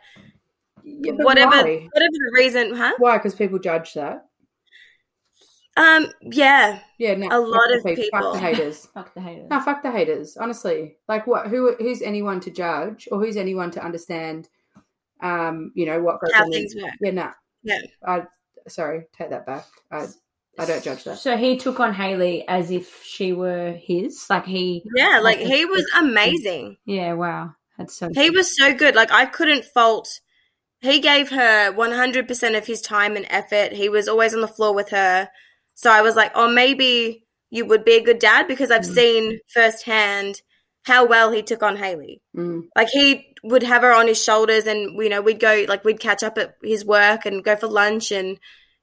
A: Yeah, but
C: whatever
A: Why?
C: whatever the reason, huh?
A: Why? Because people judge that.
C: Um, yeah.
A: Yeah, no,
C: A
A: fuck
C: lot
A: the
C: of
A: peop- Fuck
C: people.
A: the haters.
B: Fuck the haters.
A: No, fuck the haters. Honestly, like what? Who? Who's anyone to judge, or who's anyone to understand? Um, you know what goes
C: How
A: on in-
C: things work.
A: Yeah, no.
C: Yeah.
A: I sorry, take that back. I I don't judge that.
B: So he took on Haley as if she were his. Like he.
C: Yeah, like he was amazing.
B: Yeah. Wow. That's so.
C: He was so good. Like I couldn't fault. He gave her 100% of his time and effort. He was always on the floor with her. So I was like, "Oh, maybe you would be a good dad because I've seen firsthand how well he took on Haley."
A: Mm.
C: Like he would have her on his shoulders and you know, we'd go like we'd catch up at his work and go for lunch and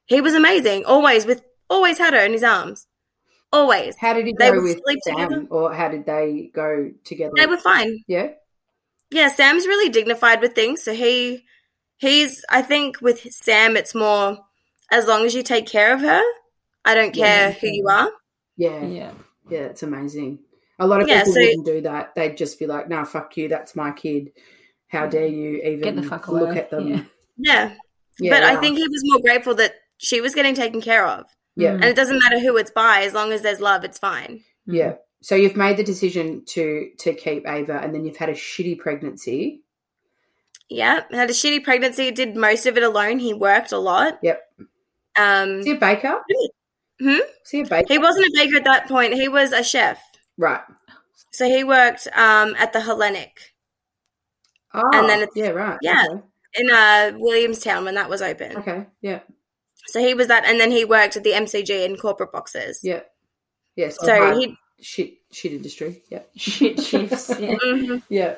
C: he was amazing. Always with always had her in his arms. Always.
A: How did he
C: They
A: go
C: would
A: with
C: sleep
A: Sam,
C: together.
A: or how did they go together?
C: They were fine.
A: yeah,
C: yeah sam's really dignified with things so he he's i think with sam it's more as long as you take care of her i don't care
B: Yeah.
C: who you are
A: yeah, yeah.
B: Yeah.
A: It's amazing. A lot of
C: Yeah,
A: people
C: so-
A: wouldn't do that. They'd just be like, "No, fuck you. That's my kid. How dare you even
B: Get the fuck away.
A: look at them?"
B: Yeah.
C: yeah,
A: Yeah,
C: but
A: wow.
C: i think he was more grateful that she was getting taken care of
A: yeah,
B: Mm.
C: and it doesn't matter who it's by as long as there's love it's fine
A: yeah. So you've made the decision to to keep Ava, and then you've had a shitty pregnancy.
C: yeah had a shitty pregnancy did most of it alone he worked a lot
A: Yep.
C: um
A: Is he a baker?
C: Hmm?
A: Is he a baker?
C: he wasn't a baker at that point he was a chef
A: right.
C: so he worked um at the hellenic
A: Oh,
C: And then it's-
A: yeah, right.
C: yeah.
A: Okay.
C: in uh williamstown when that was open
A: okay. Yeah.
C: So he was that, and then he worked at the MCG in corporate boxes.
A: Yeah. Yes.
C: So
A: I've had
C: he,
A: shit shit industry. Yeah.
B: Shit shifts. Yeah.
A: Uh-huh.
C: mhm.
A: Yeah.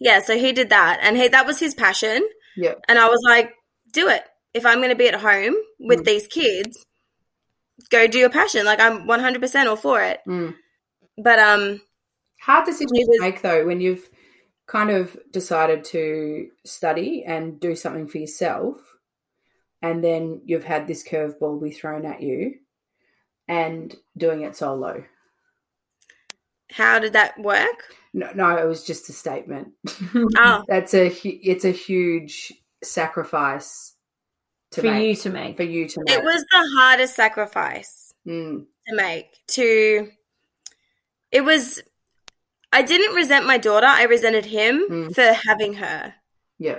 C: yeah, so he did that, and he that was his passion.
A: Yeah.
C: And I was like, do it. If I'm going to be at home with
A: Mm.
C: these kids, go do your passion. Like I'm 100 percent all for it.
A: Mm.
C: But um,
A: Hard decision
C: He
A: to
C: was-
A: make though when you've kind of decided to study and do something for yourself and then you've had this curveball be thrown at you and doing it solo.
C: how did that work?
A: No, no, it was just a statement.
C: Oh,
A: That's a hu- it's a huge sacrifice to
B: For
A: make
B: you to make.
A: for you to make.
C: it was the hardest sacrifice.
A: Mm,
C: to make to it was i didn't resent my daughter i resented him
A: Mm.
C: for having her
A: yeah.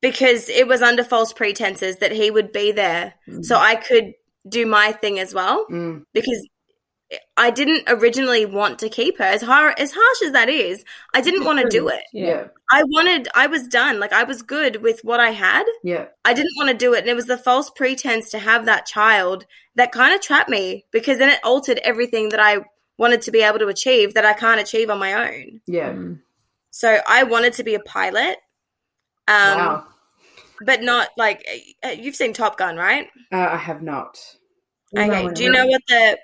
C: because it was under false pretenses that he would be there so i could do my thing as well
A: Mm,
C: because i didn't originally want to keep her as hard as harsh as that is i didn't want to do it
A: yeah.
C: i wanted i was done like i was good with what i had
A: Yeah.
C: I didn't want to do it. And it was the false pretense to have that child that kind of trapped me because then it altered everything that I wanted to be able to achieve that I can't achieve on my own.
A: Yeah.
B: Mm.
C: So I wanted to be a pilot, um,
A: wow.
C: but not like uh, you've seen Top Gun, right?
A: Uh, I have not.
B: No,
C: okay.
B: I
C: Do you know what the.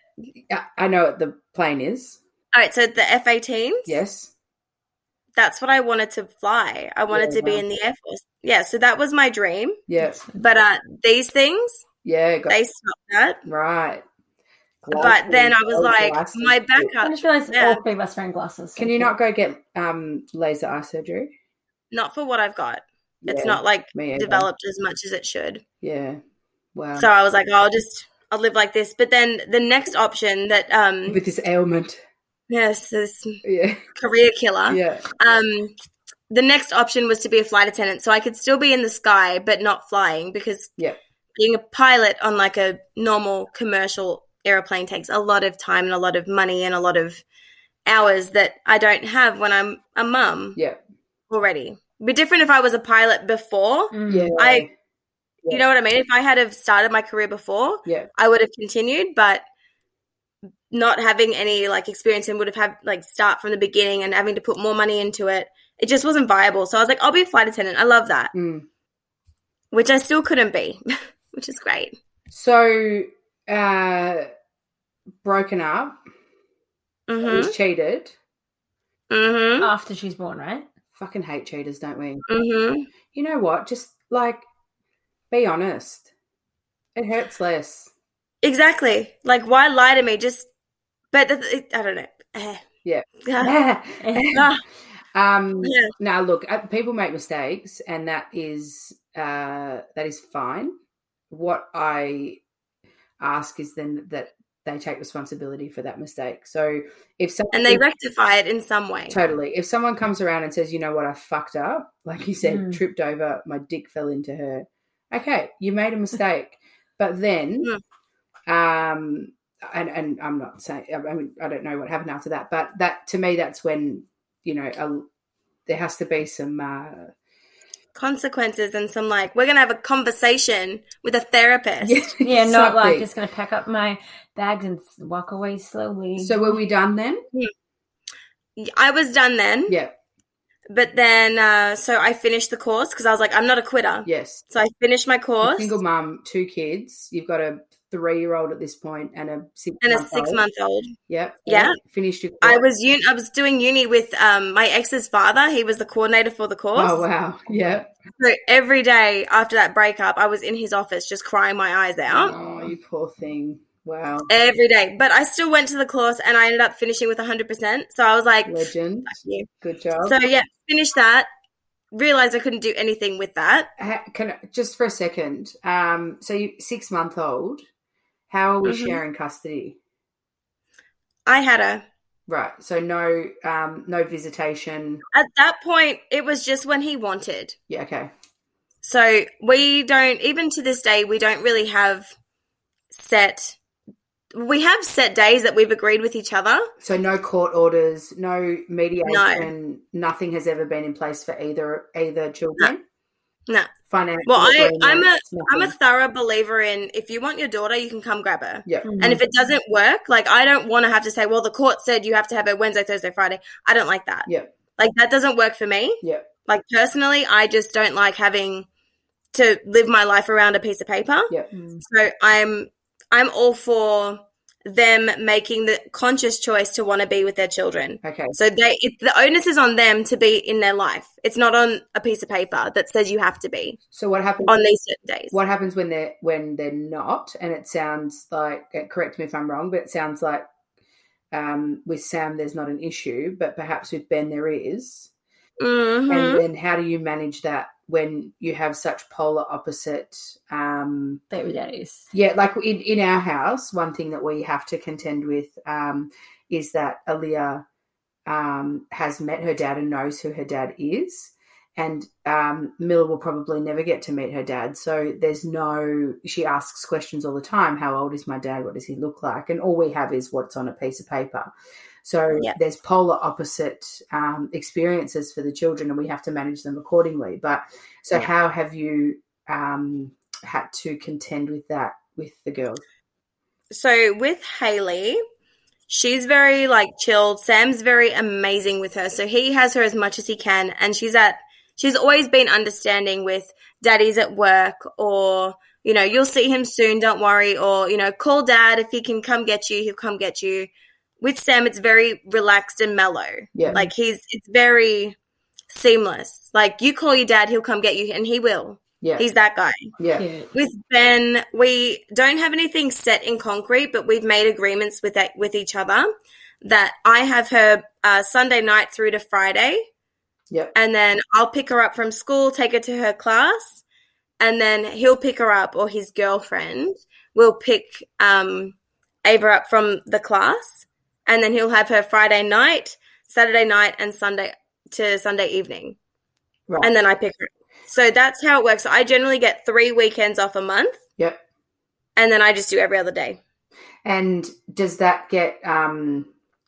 A: Yeah, I know what the plane is.
C: All right. So the F 18s,
A: Yes.
C: that's what I wanted to fly. I wanted
A: Yeah,
C: to be
A: Oh, wow.
C: in the Air Force. Yeah. So that was my dream.
A: Yeah.
C: But uh, these things,
A: Yeah. Got
C: they stopped that.
A: right.
C: But then I was
A: Glasses,
C: like,
A: glasses.
C: my
B: I
C: backup,
B: just realized
C: Yeah.
B: all three of us wearing glasses.
A: Can you not go get um laser eye surgery?
C: not for what I've got. It's
A: Yeah,
C: not like
A: me either.
C: developed as much as it should.
A: Yeah. Wow.
C: So I was like, oh, I'll just I'll live like this. But then the next option that um
A: With this ailment.
C: yes, this
A: Yeah.
C: career killer.
A: Yeah.
C: Um the next option was to be a flight attendant. So I could still be in the sky but not flying because
A: Yeah.
C: being a pilot on like a normal commercial airplane takes a lot of time and a lot of money and a lot of hours that I don't have when I'm a mum
A: Yeah.
C: already. It'd be different if I was a pilot before.
B: Mm.
A: Yeah.
C: I- You know what I mean? If I had have started my career before,
A: Yeah.
C: I would have continued, but not having any like experience and would have had like start from the beginning and having to put more money into it, it just wasn't viable. So I was like, I'll be a flight attendant. I love that,
A: Mm.
C: which I still couldn't be, which is great.
A: So, uh, broken up.
C: Mhm.
A: He's cheated.
C: Mhm.
B: After she's born, right?
A: Fucking hate cheaters, don't we?
C: Mhm.
A: You know what? Just like be honest. It hurts less.
C: Exactly. Like, why lie to me? Just, but th- th- I don't know. Eh.
A: Yeah.
C: Ah,
A: um.
C: ah, yeah.
A: Now, look, uh, people make mistakes, and that is uh, that is fine. What I ask is then that they take responsibility for that mistake. So if someone
C: And they rectify it in some way.
A: totally, if someone comes around and says, "You know what? I fucked up," like you said,
B: Mm.
A: tripped over, my dick fell into her. Okay, you made a mistake, but then,
C: Mm.
A: um, and and I'm not saying I mean I don't know what happened after that, but that to me that's when you know a, there has to be some. Uh,
C: Consequences and some like, we're going to have a conversation with a therapist.
B: Yeah, not like
A: exactly.
B: just gonna pack up my bags and s- walk away slowly.
A: So were we done then?
C: I was done then.
A: Yeah.
C: But then, uh, so I finished the course because I was like, I'm not a quitter.
A: Yes.
C: So I finished my
A: You're a
C: course
A: Single mum, two kids. You've got a three-year-old at this point and a six.
C: and a six month old.
A: Yep.
C: Yeah.
A: Finished your.
C: I
A: course.
C: was un- I was doing uni with um, my ex's father. He was the coordinator for the course.
A: Oh wow. Yeah.
C: So every day after that breakup, I was in his office just crying my eyes out.
A: Oh, you poor thing. Wow.
C: Every day. But I still went to the course and I ended up finishing with 100%. So I was like, "Fuck
A: Legend.
C: you."
A: Good job.
C: So yeah, finished that. Realized I couldn't do anything with that.
A: Ha- can I- just for a second. Um. So you six month old. How are we
C: Mhm.
A: sharing custody?
C: I had a
A: Right. So no. Um. No visitation.
C: at that point it was just when he wanted.
A: Yeah. Okay.
C: So we don't even to this day we don't really have set we have set days that we've agreed with each other.
A: So no court orders, no mediation, nothing has ever been in place for either either children.
C: No.
A: Financial.
C: Well, I- I'm a-
A: agreements,
C: I'm a
A: nothing.
C: thorough believer in if you want your daughter, you can come grab her.
A: yeah.
B: Mm.
C: And if it doesn't work, like I don't want to have to say, well, the court said you have to have it Wednesday, Thursday, Friday. I don't like that.
A: Yeah.
C: Like that doesn't work for me.
A: Yeah.
C: Like personally, I just don't like having to live my life around a piece of paper.
A: Yeah.
B: Mm.
C: So I'm I'm all for them making the conscious choice to want to be with their children.
A: Okay.
C: So they it, the onus is on them to be in their life. It's not on a piece of paper that says you have to be
A: So what happens?
C: on these certain days.
A: What happens when they're when they're not? And it sounds like uh, correct me if I'm wrong, but it sounds like um, with Sam there's not an issue, but perhaps with Ben there is.
C: Mhm.
A: And then how do you manage that when you have such polar opposite? Um,
B: baby daddies.
A: Yeah, like in, in our house, one thing that we have to contend with um, is that Aaliyah um, has met her dad and knows who her dad is. And um, Miller will probably never get to meet her dad. So there's no, she asks questions all the time how old is my dad? What does he look like? And all we have is what's on a piece of paper. So
C: Yeah.
A: there's polar opposite um, experiences for the children, and we have to manage them accordingly. But so,
C: Yeah.
A: how have you um, had to contend with that with the girls.
C: so with Haley, she's very like chilled. Sam's very amazing with her. So he has her as much as he can and she's at she's always been understanding with daddy's at work or you know, you'll see him soon, don't worry or you know, call dad if he can come get you, he'll come get you. With Sam it's very relaxed and mellow.
A: Yeah.
C: Like he's it's very seamless. Like you call your dad, he'll come get you and he will.
A: yeah.
C: He's that guy.
A: yeah.
B: Cute.
C: With Ben, we don't have anything set in concrete, but we've made agreements with that, with each other that I have her uh, Sunday night through to Friday,
A: Yep.
C: and then I'll pick her up from school, take her to her class, and then he'll pick her up, or his girlfriend will pick um, Ava up from the class, and then he'll have her Friday night, Saturday night, and Sunday to Sunday evening,
A: Right.
C: and then I pick her. up. So that's how it works. I generally get three weekends off a month
A: Yep.
C: and then I just do every other day.
A: And does that get um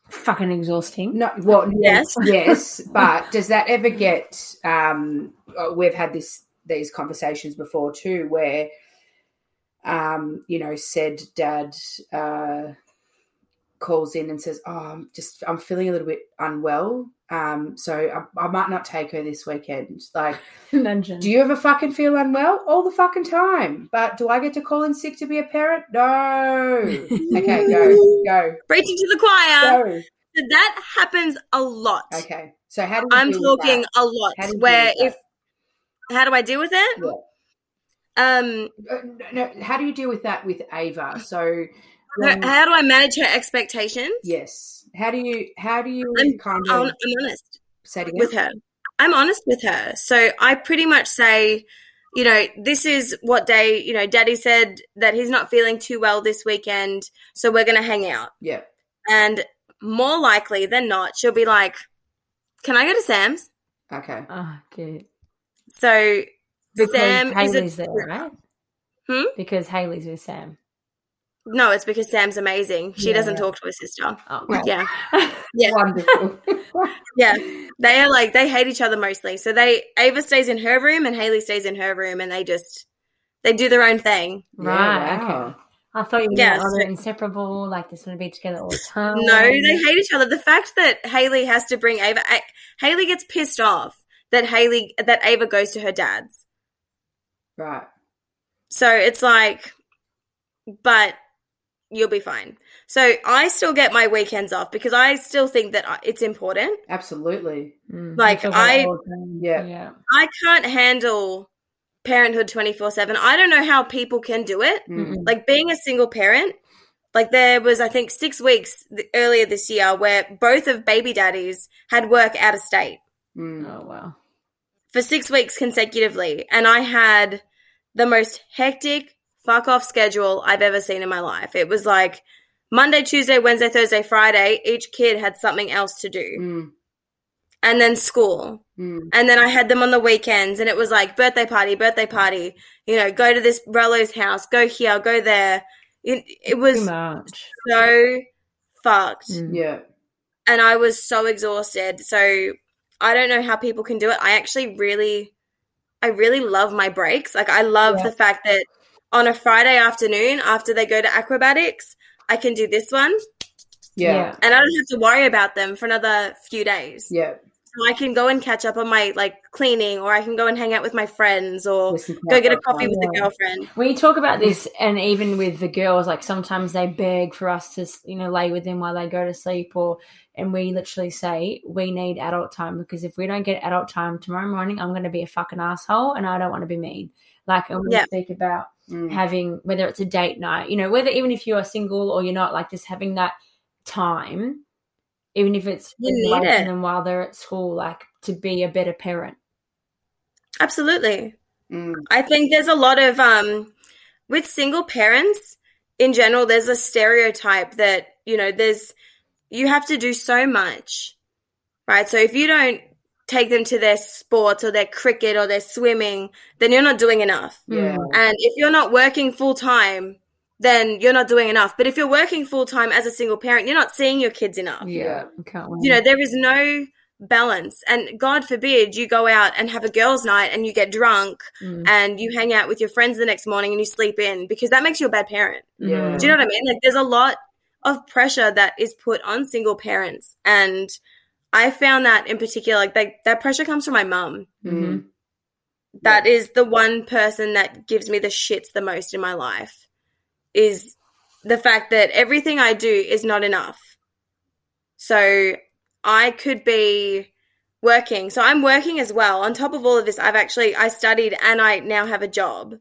B: Fucking exhausting.
A: no well
C: Yes.
A: yes, yes, but does that ever get um uh, we've had this these conversations before too, where um, you know, said dad uh, calls in and says, "Oh, I'm just I'm feeling a little bit unwell, um, so I, I might not take her this weekend." Like,
B: Imagine.
A: do you ever fucking feel unwell? All the fucking time. But do I get to call in sick to be a parent? No. okay, go, go,
C: Preaching to the choir.
A: go.
C: That happens a lot.
A: Okay. So how do you
C: I'm
A: deal with
C: talking
A: that?
C: a lot.
A: How do you deal
C: Where
A: with
C: if how do I deal with it?
A: Yeah.
C: Um,
A: Uh, no, no, how do you deal with that with Ava? So
C: her-
A: when-
C: how do I manage her expectations?
A: yes, how do you how do you
C: I'm-
A: kind
C: I'm,
A: of
C: I'm honest.
A: setting
C: with her. I'm honest with her. So I pretty much say, you know, this is what day, you know, daddy said that he's not feeling too well this weekend, so we're going to hang out.
A: Yeah,
C: And more likely than not, she'll be like, can I go to Sam's?
A: okay.
B: Oh, cute.
C: So
B: Because
C: Sam is a-
B: Haley's there, right?
C: Hmm?
B: Because Haley's with Sam.
C: no, it's because Sam's amazing. She doesn't
B: Yeah.
C: talk to her sister.
B: Oh,
A: Right.
C: Yeah. Yeah.
A: Wonderful.
C: Yeah. They are like, they hate each other mostly. So they, Ava stays in her room and Haley stays in her room and they just, they do their own thing.
B: Right.
A: Yeah, wow.
B: Okay. I thought you were
C: Yeah, so-
B: they're inseparable, like they're going to be together all the time.
C: No, they hate each other. The fact that Haley has to bring Ava, I, Haley gets pissed off that Haley that Ava goes to her dad's.
A: Right.
C: So it's like, but you'll be fine. So I still get my weekends off because I still think that I- it's important.
A: Mm-hmm. Absolutely.
B: Mm,
C: Like,
B: they talk about
C: I-
B: all the time.
A: Yeah.
B: yeah.
C: I can't handle parenthood twenty four seven. I don't know how people can do it.
A: Mm.
B: Mm-mm.
C: Like being a single parent. Like there was, I think, six weeks th- earlier this year where both of baby daddies had work out of state.
A: Mm.
B: Oh wow.
C: for six weeks consecutively, and I had the most hectic fuck off schedule I've ever seen in my life. It was like Monday, Tuesday, Wednesday, Thursday, Friday. Each kid had something else to do,
A: Mm.
C: and then school.
A: Mm.
C: And then I had them on the weekends, and it was like birthday party, birthday party. You know, go to this Rello's house, go here, go there. It, it
B: Too
C: was
B: much.
C: so fucked
B: Mm.
A: Yeah.
C: and I was so exhausted. So I don't know how people can do it. I actually really, I really love my breaks. Like I love
B: Yeah.
C: the fact that on a Friday afternoon after they go to acrobatics, I can do this one,
A: Yeah.
C: and I don't have to worry about them for another few days.
A: Yeah.
C: So I can go and catch up on my like cleaning, or I can go and hang out with my friends, or
A: Listen to
C: go
A: that
C: get a
A: podcast.
C: coffee with a girlfriend.
B: When you talk about this, and even with the girls, like sometimes they beg for us to, you know, lay with them while they go to sleep, or and we literally say we need adult time because if we don't get adult time tomorrow morning, I'm going to be a fucking asshole, and I don't want to be mean. Like, and we
C: Yeah.
B: speak about
A: Mm.
B: having whether it's a date night, you know, whether even if you are single or you're not, like just having that time, even if it's
C: You need
B: away from
C: it.
B: them while they're at school, like to be a better parent.
C: Absolutely.
A: Mm.
C: I think there's a lot of um with single parents in general there's a stereotype that you know there's you have to do so much right so if you don't take them to their sports or their cricket or their swimming then you're not doing enough
A: Yeah.
C: and if you're not working full time then you're not doing enough but if you're working full time as a single parent you're not seeing your kids enough
A: Yeah.
B: I can't wait.
C: you know there is no balance and god forbid you go out and have a girls night and you get drunk
B: Mm.
C: and you hang out with your friends the next morning and you sleep in because that makes you a bad parent.
B: Mm-hmm.
A: Yeah.
C: Do you know what I mean? Like there's a lot of pressure that is put on single parents and I found that in particular like that, that pressure comes from my mum.
B: mm-hmm.
A: Mm.
C: That is the one person that gives me the shits the most in my life is the fact that everything I do is not enough. So I could be working. So I'm working as well. On top of all of this, I've actually I studied and I now have a job.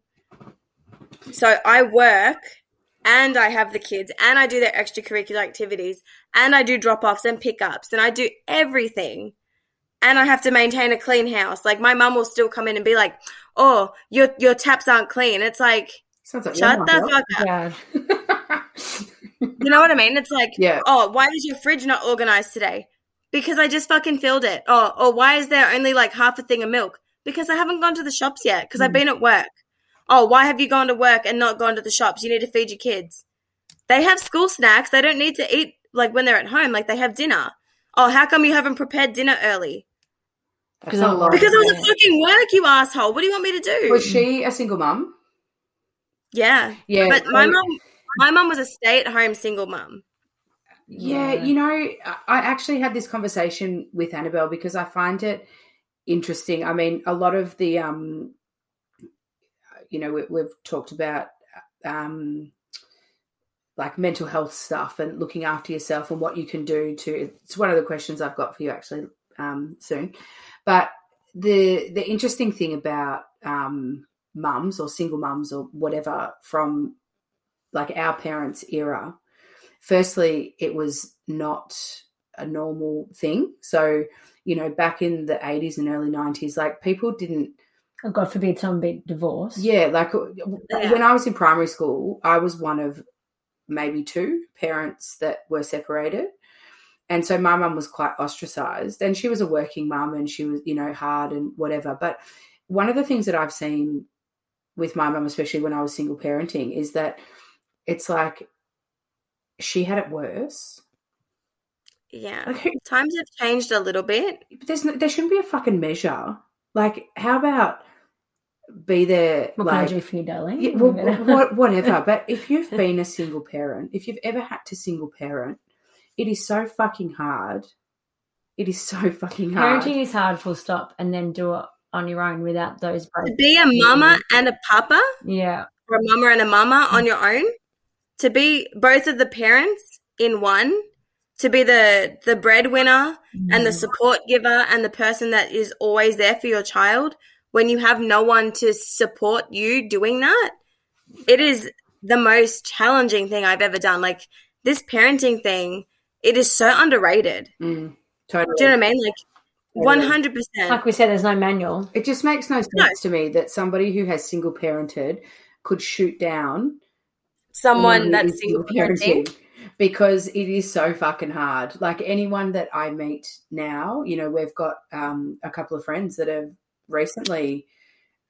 C: So I work and I have the kids and I do their extracurricular activities and I do drop-offs and pickups and I do everything. And I have to maintain a clean house. Like my mum will still come in and be like, "Oh, your your taps aren't clean." It's like,
A: Sounds like
C: "Shut the fuck up."
B: Yeah.
C: You know what I mean? It's like,
A: Yeah.
C: oh, why is your fridge not organized today? Because I just fucking filled it. Oh, or why is there only like half a thing of milk? Because I haven't gone to the shops yet because I've been at work. Oh, why have you gone to work and not gone to the shops? You need to feed your kids. They have school snacks. They don't need to eat like when they're at home. Like they have dinner. Oh, how come you haven't prepared dinner early?
A: That's a lot.
C: Because I was
A: Yeah.
C: at fucking work, you asshole. What do you want me to do?
A: Was she a single mum?
C: yeah.
A: Yeah,
C: But my
A: so-
C: mum, my mum was a stay-at-home single mum.
A: Yeah,
B: Yeah.
A: you know, I I actually had this conversation with Annabelle because I find it interesting. I mean, a lot of the, um, you know, we, we've talked about um, like mental health stuff and looking after yourself and what you can do to. It's one of the questions I've got for you actually um, soon, but the the interesting thing about um, mums or single mums or whatever from like our parents' era firstly, it was not a normal thing. So, you know, back in the 80s and early 90s, like people didn't,
B: Oh, God forbid someone be divorced.
A: yeah, like when I was in primary school, I was one of maybe two parents that were separated. And so my mum was quite ostracized and she was a working mum and she was, you know, hard and whatever. But one of the things that I've seen with my mum, especially when I was single parenting, is that it's like she had it worse.
C: Yeah.
A: Like, who
C: Times have changed a little bit.
A: but there's no, there shouldn't be a fucking measure. Like, how about be there?
B: What
A: like,
B: can I do for you, darling?
A: yeah, well, what, whatever. But if you've been a single parent, if you've ever had to single parent, it is so fucking hard. It is so fucking hard.
B: Parenting is hard, full stop, and then do it on your own without those
C: To
B: breaks.
C: be a mama and a papa,
B: Yeah.
C: or a mama and a mama on your own, to be both of the parents in one, to be the the breadwinner and
B: Mm.
C: the support giver and the person that is always there for your child when you have no one to support you doing that it is the most challenging thing i've ever done like this parenting thing it is so underrated
A: Mm, totally.
C: do you know what i mean like 100%
B: Like we said, there's no manual.
A: It just makes no sense
C: No.
A: to me that somebody who has single parented could shoot down
C: someone
A: who
C: that's
A: is
C: single parenting
A: because it is so fucking hard. Like anyone that I meet now, you know, we've got um, a couple of friends that have recently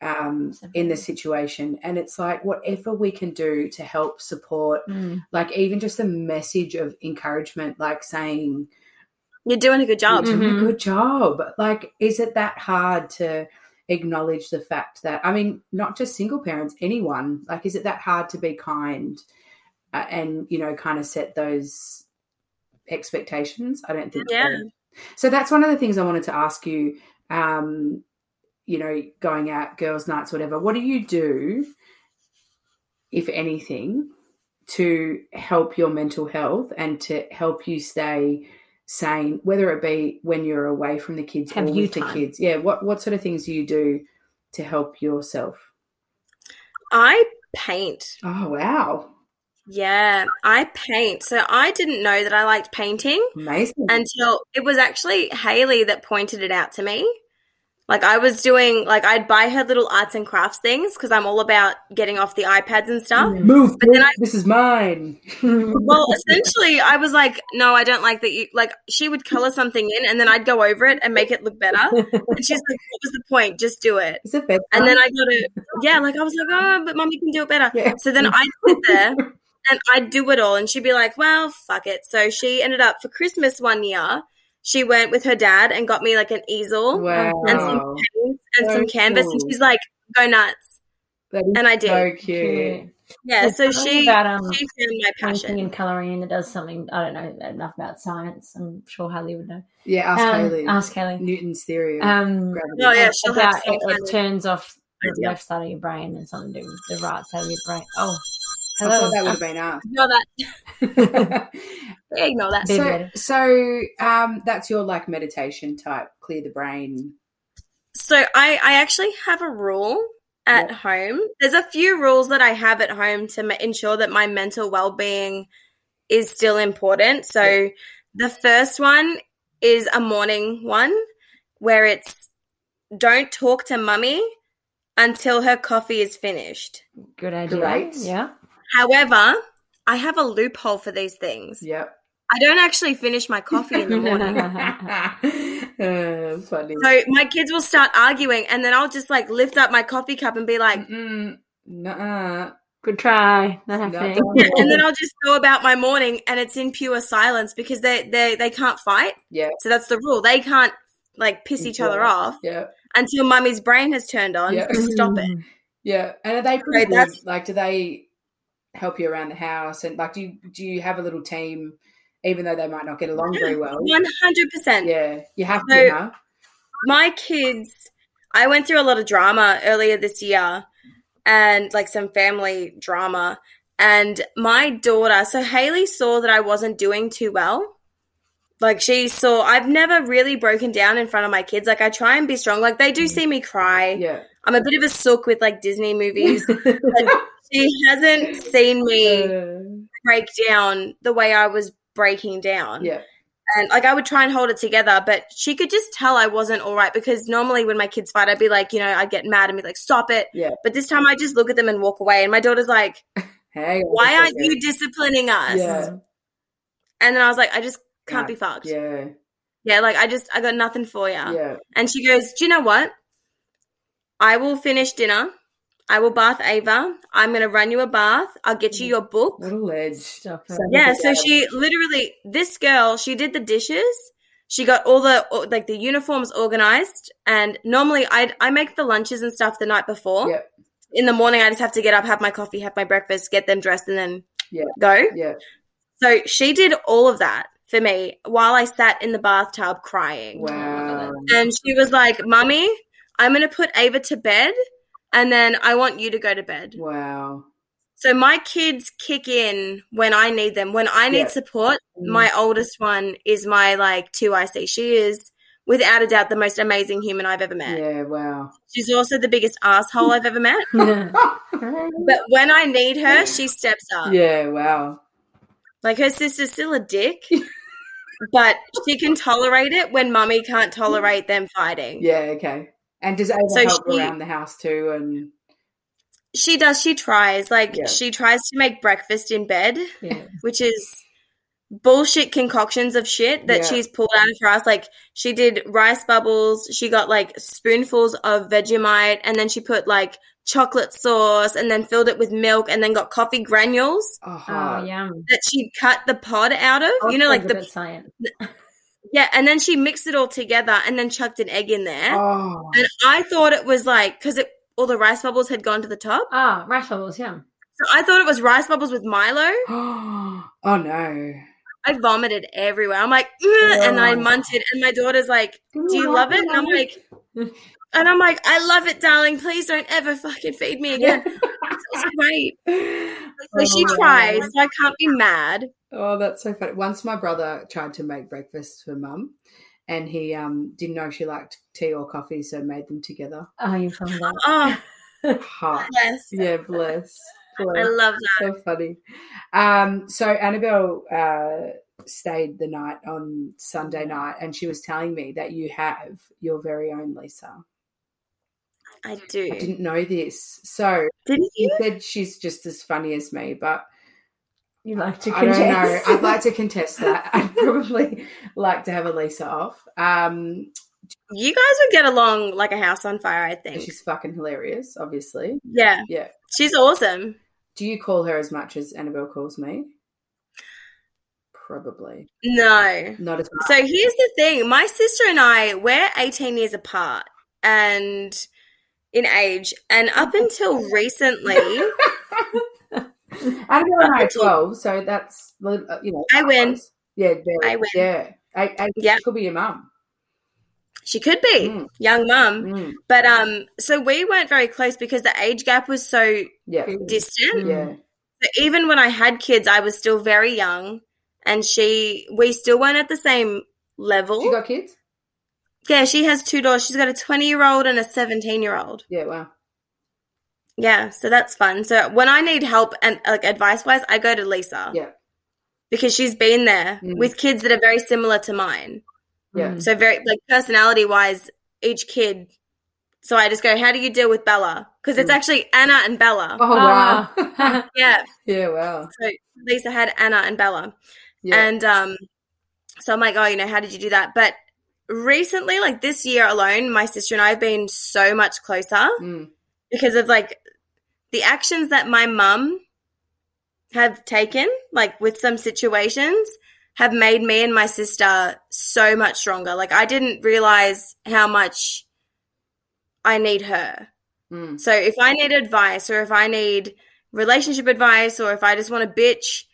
A: um, in this situation, and it's like whatever we can do to help support,
C: Mm.
A: like even just a message of encouragement, like saying,
C: you're doing a good job
A: you're doing
B: Mhm.
A: a good job. Like, is it that hard to acknowledge the fact that, I mean, not just single parents, anyone, like, is it that hard to be kind uh, and, you know, kind of set those expectations? I don't think so.
C: Yeah.
A: So that's one of the things I wanted to ask you. Um, you know, going out, girls' nights, whatever. What do you do, if anything, to help your mental health and to help you stay sane, whether it be when you're away from the kids
B: Have
A: or
B: you
A: with the
B: time.
A: kids? Yeah. What what sort of things do you do to help yourself?
C: i paint
A: Oh wow,
C: yeah i paint so i didn't know that i liked painting
A: amazing!
C: until it was actually Haley that pointed it out to me. Like I was doing, like I'd buy her little arts and crafts things because I'm all about getting off the iPads and stuff.
A: Move,
C: But then I-
A: this is mine.
C: Well, essentially, I was like, no, I don't like that you. Like she would color something in, and then I'd go over it and make it look better. And she's like, what was the point? Just do it.
A: Is it bedtime?
C: And then I got to, yeah, like I was like, oh, but mommy can do it better.
A: Yeah.
C: So then I'd sit there and I'd do it all. And she'd be like, well, fuck it. So she ended up for Christmas one year, she went with her dad and got me like an easel
A: wow,
C: and some paints and
A: So
C: some canvas.
A: cool.
C: And she's like, go nuts.
A: That is
C: And I did.
A: so cute.
C: Yeah.
B: There's
C: So
B: something
C: she, she
B: about, um,
C: found my
B: Painting
C: passion.
B: and colouring in that does something. I don't know enough about science. I'm sure Haley would know.
A: Yeah, ask
B: Um,
A: Haley.
B: Ask Haley.
A: Newton's theory of
B: Um,
A: gravity.
C: Oh, yeah. She'll have
B: about
C: some
B: it,
C: kind
B: it
C: of
B: turns off the
C: idea.
B: left side of your brain and something to do with the right side of your brain. Oh,
A: I thought that
B: hello.
A: would have been us.
C: Ignore that.
B: Oh.
C: Yeah, Ignore that.
B: Big
A: so,
B: red.
A: so um, that's your like meditation type, clear the brain.
C: So I, I actually have a rule at
A: Yeah.
C: home. There's a few rules that I have at home to ma- ensure that my mental well being is still important. So the first one is a morning one where it's don't talk to mummy until her coffee is finished.
B: Good idea.
A: Great.
B: Yeah.
C: However, I have a loophole for these things.
A: Yep.
C: I don't actually finish my coffee in the morning.
A: Uh, funny.
C: So my kids will start arguing and then I'll just like lift up my coffee cup and be like,
A: Mm-mm. Nuh-uh.
B: Good try. Not
A: Not
B: happening.
A: done
C: Yeah,
A: yet.
C: and then I'll just go about my morning, and it's in pure silence because they they they can't fight.
A: Yeah.
C: So that's the rule. They can't like piss each other off
A: Yeah.
C: until mummy's brain has turned on
A: Yeah.
C: to stop it.
A: Yeah, and are they pretty
C: Right,
A: good?
C: that's-
A: like? Do they help you around the house? And like, do you do you have a little team, even though they might not get along very well?
C: One hundred percent.
A: Mm-hmm. Yeah, you have to.
C: So-
A: huh?
C: My kids, I went through a lot of drama earlier this year, and like some family drama. And my daughter, so Haley saw that I wasn't doing too well. Like she saw, I've never really broken down in front of my kids. Like I try and be strong. Like they do
A: Mm-hmm.
C: see me cry.
A: Yeah,
C: I'm a bit of a sook with like Disney movies. she hasn't seen me
B: Mm.
C: break down the way I was breaking down.
A: yeah,
C: And like I would try and hold it together, but she could just tell I wasn't all right because normally when my kids fight, I'd be like, you know, I'd get mad and be like, stop it.
A: Yeah.
C: But this time I just look at them and walk away. And my daughter's like,
A: Hey,
C: why aren't you disciplining us?
A: Yeah,
C: And then I was like, I just can't be
A: No,
C: fucked. Yeah.
A: yeah,
C: Like I just, I got nothing for you.
A: yeah,
C: And she goes, Do you know what? I will finish dinner. I will bath Ava. I'm going to run you a bath. I'll get you your book.
A: little ledge.
B: Stop it.
A: So-
C: Yeah. So she literally, this girl, she did the dishes. She got all the all- like the uniforms organized, and normally I I make the lunches and stuff the night before.
A: Yep.
C: In the morning, I just have to get up, have my coffee, have my breakfast, get them dressed, and then
A: Yeah.
C: go.
A: Yeah,
C: So she did all of that for me while I sat in the bathtub crying.
A: wow.
C: And she was like, Mummy, I'm going to put Ava to bed and then I want you to go to bed.
A: Wow.
C: So my kids kick in when I need them. When I need
A: Yeah. Mm.
C: support, my oldest one is my like 2IC. She is without a doubt the most amazing human I've ever met.
A: Yeah, wow.
C: She's also the biggest asshole I've ever met.
B: Yeah.
C: But when I need her, she steps up.
A: yeah, wow.
C: Like her sister's still a dick, but she can tolerate it when mummy can't tolerate them fighting.
A: Yeah, okay. And does Ava
C: So
A: help
C: she-
A: around the house too? And
C: She does. She tries. Like
A: Yeah.
C: she tries to make breakfast in bed,
B: Yeah.
C: which is bullshit concoctions of shit that
A: Yeah.
C: she's pulled out of her ass. Like she did rice bubbles. She got like spoonfuls of Vegemite, and then she put like chocolate sauce, and then filled it with milk, and then got coffee granules
A: oh,
B: Oh, yum.
C: that she cut the pod out of. Uh, you know, like the
B: science.
C: yeah, and then she mixed it all together, and then chucked an egg in there.
A: oh,
C: And I thought it was like because it all the rice bubbles had gone to the top.
B: Ah, rice bubbles, yum.
C: So I thought it was rice bubbles with Milo.
A: oh no.
C: I vomited everywhere. I'm like, "Ugh," and
A: Oh.
C: I munted, and my daughter's like, "Do you love it?" And I'm like, and I'm like, "I love it, darling. Please don't ever fucking feed me again." It's great. So she
A: Oh.
C: tries. So I can't be mad.
A: Oh, that's so funny. Once my brother tried to make breakfast for mum and he um didn't know she liked tea or coffee, so made them together.
B: Oh, you found that.
C: Oh
A: Heart.
C: yes,
A: Yeah, bless.
C: I
A: bless.
C: love that.
A: So funny. Um, so Annabelle uh stayed the night on Sunday night and she was telling me that you have your very own Lisa.
C: I
A: I
C: do.
A: didn't know this. So
C: Didn't
A: she
C: you?
A: said she's just as funny as me, but
B: You like to
A: I don't know.
B: contest.
A: I'd like to contest that. I'd probably like to have a Lisa off. Um,
C: You guys would get along like a house on fire. I
A: and
C: think.
A: she's fucking hilarious, obviously.
C: Yeah,
A: Yeah.
C: she's awesome.
A: Do you call her as much as Annabelle calls me? Probably
C: No.
A: not as much.
C: So here's the thing my sister and I, we're 18 years apart and in age. And up
A: Oh.
C: until recently,
A: Annabelle and I are twelve, so that's uh, you know.
C: I win.
A: Yeah, very,
C: I win.
A: Yeah, I, I,
C: Yeah.
A: She could be your mum.
C: she could be
A: Mm.
C: young mum.
A: Mm,
C: But um, so we weren't very close because the age gap was so
A: yeah,
C: distant.
A: yeah,
C: So even when I had kids, I was still very young and she, we still weren't at the same level.
A: She got kids.
C: yeah, she has two daughters. She's got a 20 year old and a 17 year old.
A: Yeah, wow.
C: Yeah, so that's fun. So when I need help and like advice wise, I go to Lisa.
A: Yeah.
C: Because she's been there
A: Mm.
C: with kids that are very similar to mine.
A: Yeah.
B: Mm.
C: So very like personality wise, each kid. So I just go, how do you deal with Bella? Because it's
A: Mm.
C: actually Anna and Bella.
A: Oh wow.
B: Ah.
C: Yeah.
A: yeah, wow.
C: So Lisa had Anna and Bella.
A: Yeah.
C: And um so I'm like, oh, you know, how did you do that? But recently, like this year alone, my sister and I have been so much closer.
A: Mm,
C: because of like the actions that my mum have taken like with some situations have made me and my sister so much stronger. Like I didn't realize how much I need her.
A: Mm.
C: So if I need advice or if I need relationship advice or if I just want to bitch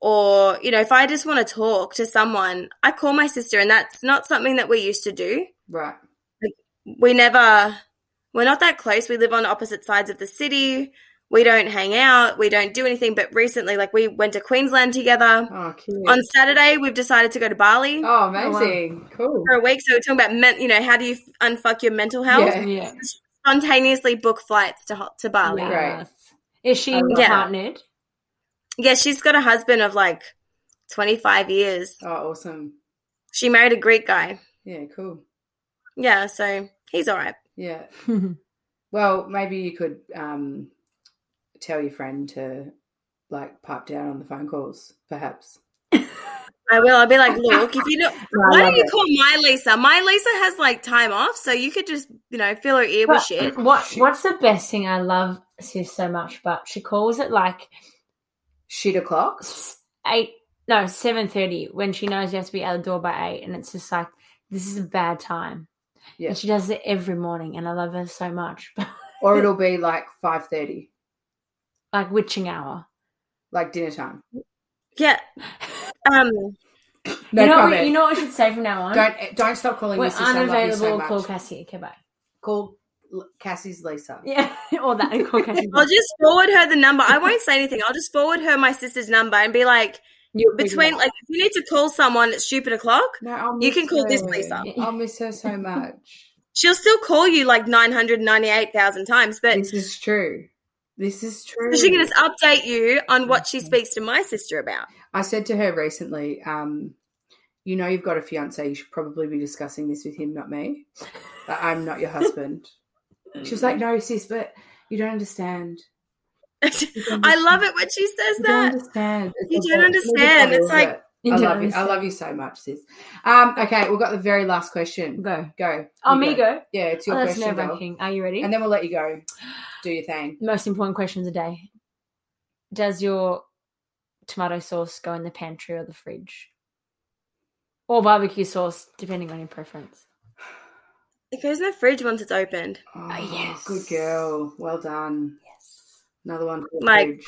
C: or you know if I just want to talk to someone, I call my sister and that's not something that we used to do.
A: Right.
C: We never we're not that close. We live on opposite sides of the city. We don't hang out, we don't do anything, but recently like we went to Queensland together.
A: Oh, cute.
C: On Saturday, we've decided to go to Bali
A: oh, amazing. Cool.
C: for a week. So we're talking about, men- you know, how do you f- unfuck your mental health?
A: Yeah.
B: Yeah.
C: Spontaneously book flights to ho- to Bali.
A: Yeah.
C: Yeah.
A: Great.
B: Is she
C: Oh, Yeah.
B: partnered?
C: she's got a husband of like twenty five years.
A: Oh, awesome.
C: She married a Greek guy.
A: Yeah, cool.
C: Yeah, so he's all right.
A: Yeah. Well, maybe you could um, tell your friend to like pipe down on the phone calls, perhaps.
C: I will. I'll be like, look, if you don't,
A: No, I
C: why
A: love
C: don't you
A: it.
C: call my Lisa? My Lisa has like time off, so you could just, you know, fill her ear with
B: But
C: shit.
B: What
A: Shit.
B: What's the best thing I love Sis so much? But she calls it like
A: Shit o'clock.
B: eight, no seven thirty when she knows you have to be out the door by eight, and it's just like this is a bad time.
A: Yeah.
B: And she does it every morning, and I love her so much.
A: Or it'll be like five thirty,
B: like witching hour.
A: like dinner time.
C: Yeah. Um.
A: No
B: you know, what,
A: comment.
B: we- you know what I should say from now on.
A: don't eh, don't stop calling
B: We're
A: your sister. I love you
B: unavailable.
A: so
B: call
A: much.
B: Cassie. Okay, bye.
A: Call L- Cassie's Lisa.
B: Yeah, or that. Call Cassie.
C: I'll just forward her the number. I won't say anything. I'll just forward her my sister's number and be like,
A: You'll figure
C: between
A: it out.
C: like if you need to call someone at stupid o'clock
A: no, I'll
C: you
A: miss
C: can call this
A: her.
C: Lisa.
A: I'll miss her so much.
C: she'll still call you like 998000 times but
A: this is true. This is true. Mm-hmm.
C: she can just update you on what she speaks to my sister about
A: I said to her recently, um, you know, you've got a fiance. You should probably be discussing this with him, not me. But I'm not your husband. she was like, no, sis, but you don't understand.
C: i love it when she says
A: You Mm-hmm. don't understand.
C: that
A: It's
C: You
A: the
C: don't
A: whole-
C: understand.
A: the
C: It's
A: whole of
C: like-
A: it. I love you. I love you so much, sis. Um, okay, we've got the very last question.
B: Go.
A: Go.
B: Oh,
A: You
B: me go.
A: Yeah, it's
B: Oh,
A: your
B: that's
A: question.
B: nerve
A: girl.
B: wracking. Are you ready?
A: And then we'll let you go. Do your thing.
B: Most important questions a day. Does your tomato sauce go in the pantry or the fridge? Or barbecue sauce, depending on your preference.
C: it goes in the fridge once it's opened
A: Oh,
B: yes.
A: Good girl. Well done.
B: Yes.
A: Another one. For the
C: Like-
A: fridge.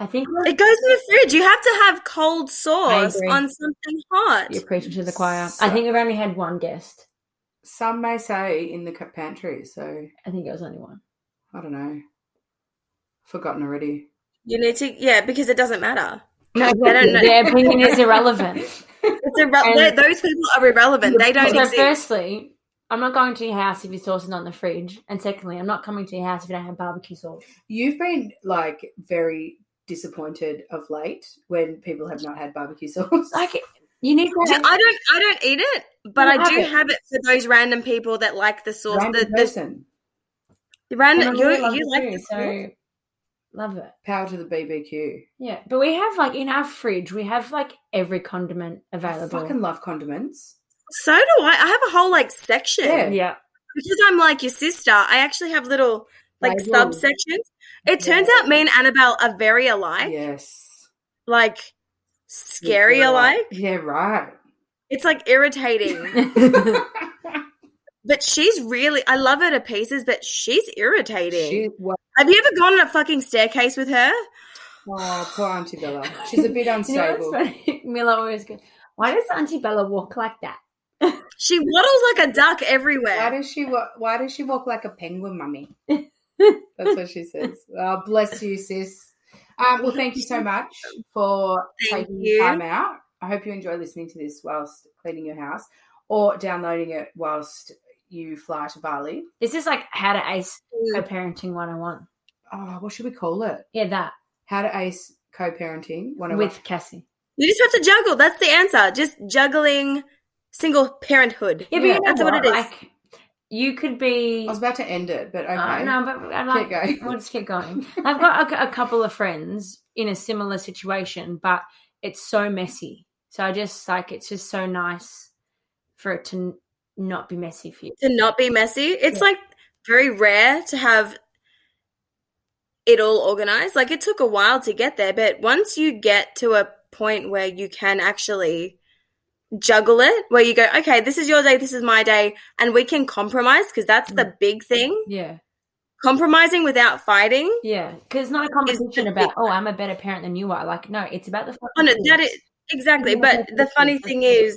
B: I think
C: it goes in the fridge you have to have cold sauce
B: agree.
C: on something hot
B: you're preaching to the choir. I think we've only had one guest.
A: some may say in the c- pantry. So
B: I think it was only one.
A: I don't know. Forgotten already.
C: you need to yeah because it doesn't matter
B: No,
C: don't know.
B: their opinion is irrelevant.
C: it's irre-
B: And-
C: those people are irrelevant they don't
B: so,
C: exist
B: firstly, I'm not going to your house if your sauce is not in the fridge. And secondly, I'm not coming to your house if you don't have barbecue sauce.
A: You've been like very disappointed of late when people have not had barbecue sauce.
B: Like, you need to
C: See,
B: have
C: I don't I don't eat it, but
B: You
C: I
B: have
C: do
B: it.
C: have it for those random people that like the sauce.
A: Random
C: The, the,
A: person.
C: the
B: And I
C: random you,
B: really love
C: you
B: the
C: like
B: food,
C: the sauce.
B: so love it.
A: Power to the BBQ.
B: Yeah, but we have like in our fridge, we have like every condiment
A: I
B: available.
A: fucking love condiments.
C: So do I. I have a whole like section
A: Yeah.
B: yeah,
C: because I'm like your sister. I actually have little like
A: Labels.
C: subsections. It turns out me and Annabelle are very alike,
A: Yes.
C: like scary
A: Yeah,
C: alike.
A: Yeah, right.
C: It's like irritating, but she's really. I love her to pieces, but she's irritating.
A: She, well,
C: have you ever gone on a fucking staircase with her?
A: oh, poor Auntie Bella. She's a bit
B: you know what's
A: unstable.
B: funny? Mila always goes, "Why does Auntie Bella walk like that?"
C: She waddles like a duck
A: Why
C: everywhere.
A: does she walk? Why does she walk like a penguin, mummy? That's what she says. Oh, bless you, sis. Um, well, thank you so much for
C: Thank
A: taking
C: you.
A: time out. I hope you enjoy listening to this whilst cleaning your house or downloading it whilst you fly to Bali.
B: This is like how to ace co-parenting 101.
A: Oh, what should we call it?
B: Yeah, that
A: How to ace co-parenting one
B: with Cassie.
C: You just have to juggle. That's the answer. Just juggling single parenthood.
B: Yeah, but
A: Yeah,
B: you know
C: that's
B: what?
C: what it is.
B: Like, you could be.
A: I was about to end it, but okay.
B: Uh, no, but I
A: Keep
B: like.
A: going.
B: We'll just keep going. I've got a, a couple of friends in a similar situation, but it's so messy. So I just like it's just so nice for it to n- not be messy for you.
C: To not be messy. It's
B: Yeah.
C: like very rare to have it all organized. Like it took a while to get there, but once you get to a point where you can actually juggle it, where you go, okay, this is your day, this is my day, and we can compromise because that's the big thing.
B: Yeah.
C: Compromising without fighting.
B: Yeah. Because it's not a competition about, oh, I'm a better parent than you are. Like, no, it's about the fucking
C: Oh, no, that
B: kids.
C: is exactly.
B: Yeah,
C: But the
B: that's
C: funny
B: it.
C: thing is,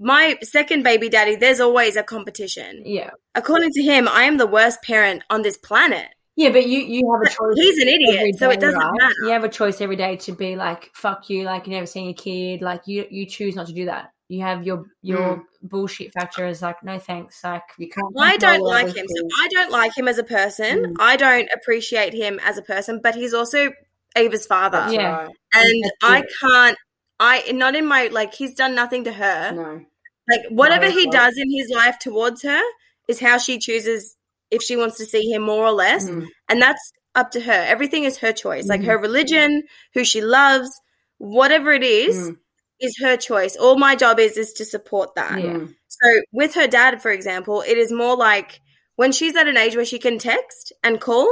C: my second baby daddy, there's always a competition.
B: Yeah.
C: According to him, I am the worst parent on this planet.
B: Yeah, but you you have a choice.
C: He's an idiot,
B: every
C: so it doesn't matter.
B: You have a choice every day to be like, fuck you, like you never seen your kid. Like you you choose not to do that. You have your your bullshit factor is like, no thanks. Like
A: You can't.
C: I don't
A: control
C: like him.
A: everything.
C: So I don't like him as a person.
A: Mm.
C: I don't appreciate him as a person, but he's also Ava's father.
A: That's
B: Yeah.
A: right.
C: And
A: That's
C: I
A: it.
C: can't I not in my like he's done nothing to her.
A: No.
C: Like whatever
A: No,
C: he
A: no.
C: does in his life towards her is how she chooses if she wants to see him more or less.
A: Mm.
C: And that's up to her. Everything is her choice. Like
A: Mhm.
C: her religion, who she loves, whatever it is,
A: Mm.
C: is her choice. All my job is is to support that.
B: Yeah.
A: Mm.
C: So with her dad, for example, it is more like when she's at an age where she can text and call,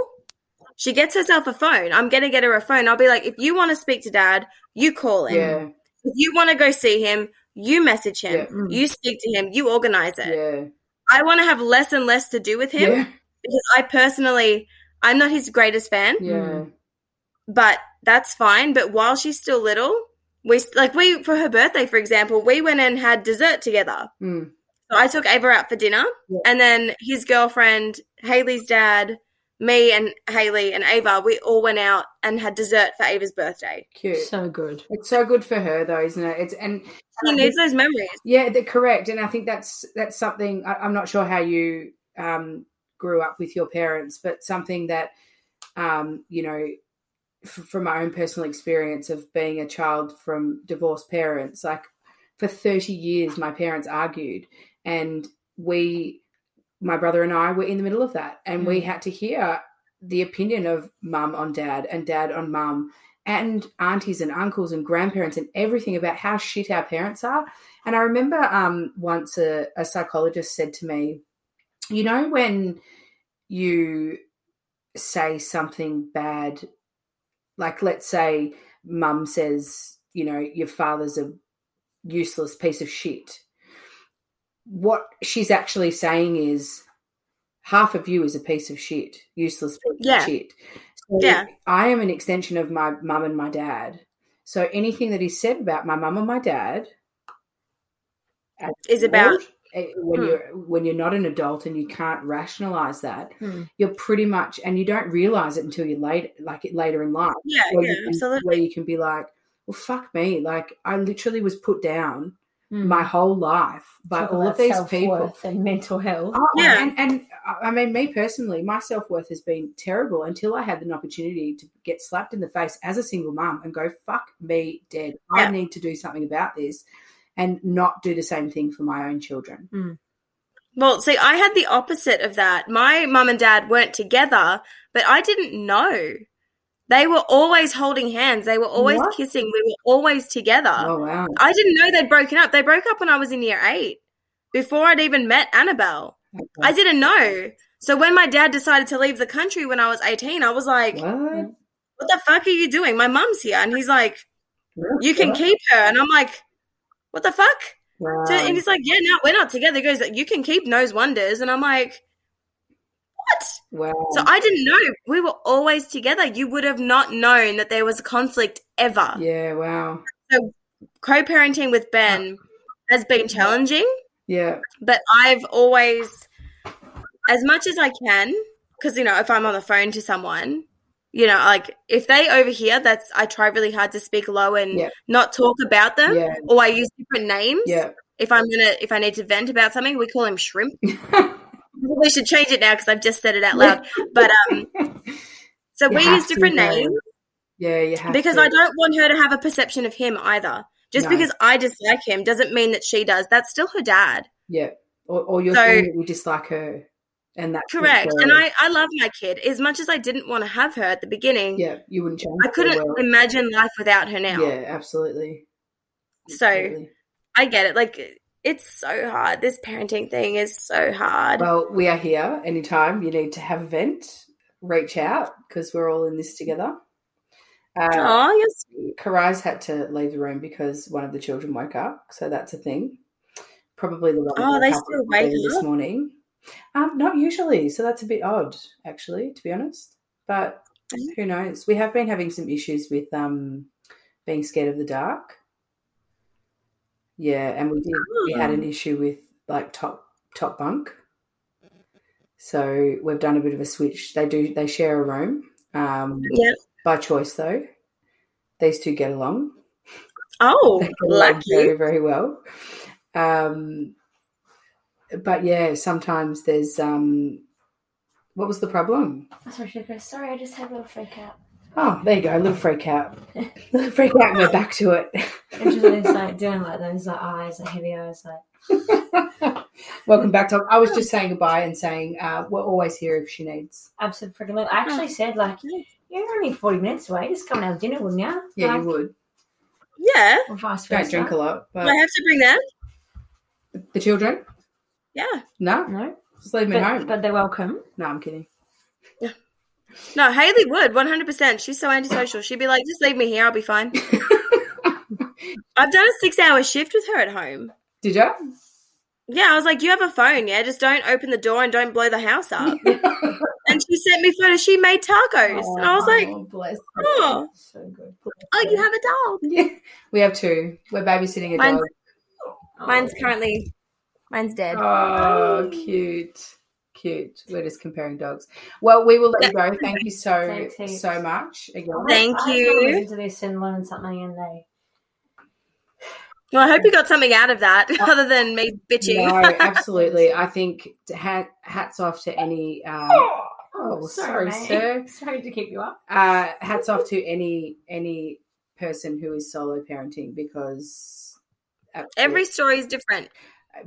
C: she gets herself a phone. I'm gonna get her a phone. I'll be like, if you want to speak to dad, you call him.
A: Yeah.
C: If you want to go see him, you message him.
A: Yeah.
C: Mm-hmm.
B: Mm.
C: You speak to him. You organize it.
A: Yeah.
C: I want to have less and less to do with him
A: Yeah.
C: because I personally, I'm not his greatest fan,
A: Yeah.
C: but that's fine. But while she's still little, we like we for her birthday, for example, we went and had dessert together.
A: Mm.
C: So I took Ava out for dinner,
A: Yeah.
C: and then his girlfriend, Haley's dad, me and Haley and Ava, we all went out and had dessert for Ava's birthday.
A: Cute.
B: so good.
A: it's so good for her though, isn't it? It's and
C: She needs those memories.
A: Yeah, they're correct, and I think that's that's something I, I'm not sure how you um, grew up with your parents, but something that um, you know f- from my own personal experience of being a child from divorced parents. Like for 30 years, my parents argued, and we, my brother and I, were in the middle of that, and we had to hear the opinion of mum on dad and dad on mum and aunties and uncles and grandparents and everything about how shit our parents are and I remember um, once a, a psychologist said to me, You know, when you say something bad, like let's say mum says, You know, your father's a useless piece of shit. What she's actually saying is, half of you is a piece of shit, useless piece
C: Yeah.
A: of shit. So
C: Yeah.
A: I am an extension of my mum and my dad. So anything that is said about my mum and my dad as
C: Is
A: an
C: about-
A: adult, eh, when
C: Hmm.
A: you're when you're not an adult and you can't rationalize that,
B: Hmm.
A: you're pretty much and you don't realize it until you later like it later in life
C: Yeah,
A: where,
C: yeah,
A: you can,
C: absolutely.
A: where you can be like, well, fuck me, like I literally was put down
C: Hmm.
B: Mm.
A: my whole life by
B: Talk
A: all
B: about
A: of these
B: self-worth
A: people.
B: and mental health.
A: Oh,
C: Yeah.
A: and, and I- I mean, me personally, my self worth has been terrible until I had an opportunity to get slapped in the face as a single mum and go, fuck me dead.
C: Yeah.
A: I need to do something about this and not do the same thing for my own children.
C: Well, see, I had the opposite of that. My mum and dad weren't together, but I didn't know. They were always holding hands. They were always
A: What?
C: kissing. We were always together.
A: Oh, wow.
C: Uh, I didn't know they'd broken up. They broke up when I was in year eight, before I'd even met Annabelle. I didn't know. So when my dad decided to leave the country when I was 18, I was like, what,
A: What?
C: the fuck are you doing? My mum's here. And he's like, you can
A: What?
C: keep her. And I'm like, what the fuck?
A: Wow.
C: So, and he's like, yeah, no, we're not together. He goes, you can keep Nose Wonders. And I'm like, what?
A: wow.
C: So I didn't know. We were always together. You would have not known that there was conflict ever.
A: yeah, wow.
C: Co-parenting with Ben has been challenging.
A: Yeah.
C: but I've always, as much as I can, because you know, if I'm on the phone to someone, you know, like if they overhear, that's I try really hard to speak low and
A: Yeah.
C: not talk about them,
A: Yeah.
C: or I use different names.
A: Yeah.
C: If I'm gonna, if I need to vent about something, we call him shrimp. we should change it now because I've just said it out loud. But um, so
A: You
C: we
A: have
C: use
A: to,
C: different
A: though.
C: names
A: Yeah, you have
C: because
A: to.
C: I don't want her to have a perception of him either. Just
A: No.
C: because I dislike him doesn't mean that she does. That's still her dad.
A: Yeah. Or, or you're
C: So-
A: saying that you dislike her. And that's it,
C: Correct. And
A: so-
C: I, I love my kid. As much as I didn't want to have her at the beginning,
A: Yeah, you wouldn't change
C: I
A: it for the
C: couldn't
A: world.
C: imagine life without her now.
A: Yeah, absolutely.
C: So-
A: Absolutely.
C: I get it. Like, it's so hard. This parenting thing is so hard.
A: well, we are here. Anytime you need to have a vent, reach out because we're all in this together. Uh,
C: Oh, you're sweet.
A: Karai's had to leave the room because one of the children woke up, so that's a thing. Probably the one. that
C: Oh,
A: woke
C: they
A: up
C: still wake
A: early this
C: up?
A: morning. Um, not usually, so that's a bit odd, actually, to be honest. But
C: Mm-hmm.
A: who knows? We have been having some issues with um, being scared of the dark. Yeah, and we did. We had
C: Oh.
A: an issue with like top top bunk. So we've done a bit of a switch. They do. They share a room. Um,
C: Yeah.
A: by choice though. These two get along.
C: Oh,
A: They get along
C: lucky.
A: very, very well. Um, but yeah, sometimes there's um, what was the problem?
B: Sorry, Sugar. Sorry, I just had a little freak out.
A: Oh, there you go, a little freak out. little freak out and we're back to
B: And
A: it.
B: she's always like doing like those like eyes, like heavy eyes, like
A: Welcome back to I was just saying goodbye and saying uh, we're always here if she needs.
B: absolutely freaking. Low. I actually said like you're only forty minutes away. Just come and have dinner, wouldn't you?
A: Yeah,
B: like,
A: you would.
C: Yeah.
B: Or vice
A: Don't
B: versa.
A: drink a lot,
C: Do I
A: but
C: have to bring that?
A: the children?
C: Yeah.
A: No,
B: No,
A: just leave me
B: but,
A: home.
B: but they're welcome.
A: no, I'm kidding.
C: No, Haley would 100%. She's so antisocial. She'd be like, just leave me here. I'll be fine. I've done a six hour shift with her at home.
A: Did you?
C: Yeah, I was like, you have a phone. Yeah, just don't open the door and don't blow the house up. and she sent me photos. She made tacos. and I was like,
A: Oh, bless.
C: Oh.
A: so good.
C: oh, you have a dog.
A: Yeah, we have two. We're babysitting a
C: Mine's-
A: dog.
C: Mine's
B: Oh.
C: currently, mine's dead.
A: Oh, cute. Cute. We're just comparing dogs. Well, we will let you go. Thank you so,
B: Thank you.
A: so much again.
C: Thank
B: I
C: you.
B: Listen to this and learn something, and they
C: Well, I hope you got something out of that other than me bitching.
A: No, absolutely. I think hat, hats off to any. Um, oh, sorry,
B: mate.
A: sir.
B: Sorry to keep you up.
A: Uh, hats off to any any person who is solo parenting because uh,
C: Every story is different.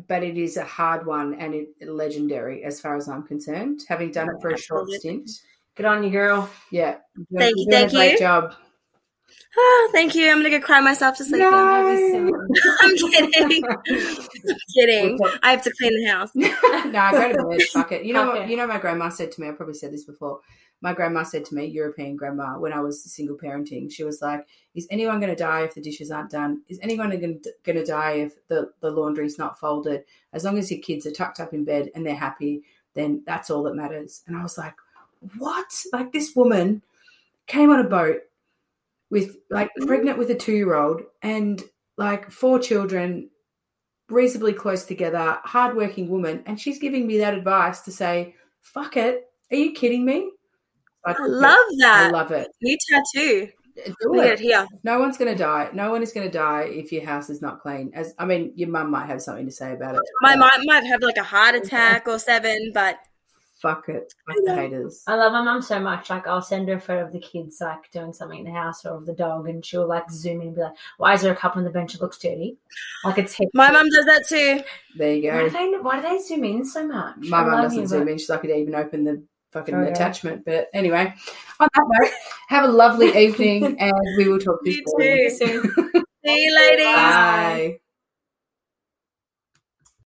A: but it is a hard one and it legendary as far as I'm concerned. Having done it for a short
C: Absolutely.
A: stint,
B: Good on you, girl.
A: yeah. You're-
C: Thank you,
A: you're doing
C: thank
A: a great
C: you.
A: job.
C: Oh, thank you. I'm going to go cry myself to sleep
A: No.
C: now.
A: Yay.
C: I'm kidding. I'm kidding. I have to clean the house.
A: no, I go to bed. Fuck it. You know,
B: Fuck it.
A: what, you know, my grandma said to me. I probably said this before. My grandma said to me, European grandma, when I was single parenting, she was like, "Is anyone going to die if the dishes aren't done? Is anyone going to die if the the laundry's not folded? As long as your kids are tucked up in bed and they're happy, then that's all that matters." And I was like, "What? Like this woman came on a boat with like pregnant with a two year old and like four children reasonably close together, hardworking woman, and she's giving me that advice to say, "Fuck it, are you kidding me?" I,
C: I love
A: I
C: that.
A: love it.
C: New tattoo.
A: Do
C: Look at
A: it.
C: it here.
A: No one's going to die. No one is going to die if your house is not clean. As I mean, your mum might have something to say about it.
C: My mom might have like a heart attack or seven, but
A: Fuck it. Fuck the haters.
B: I love my mum so much. Like, I'll send her a photo of the kids, like, doing something in the house or of the dog, and she'll, like, zoom in and be like, why is there a cup on the bench? It looks dirty. Like, it's hectic.
C: my mum does that too.
A: There you
B: Why do
A: go.
B: they, why do they zoom in so much?
A: My
B: I
A: mum
B: love
A: doesn't
B: you,
A: zoom
B: but-
A: in. She's like, I could even open the fucking
B: Oh, yeah.
A: attachment. But anyway, on that note, have a lovely evening, and we will talk to you
C: You too.
A: soon.
C: See you, ladies.
A: Bye.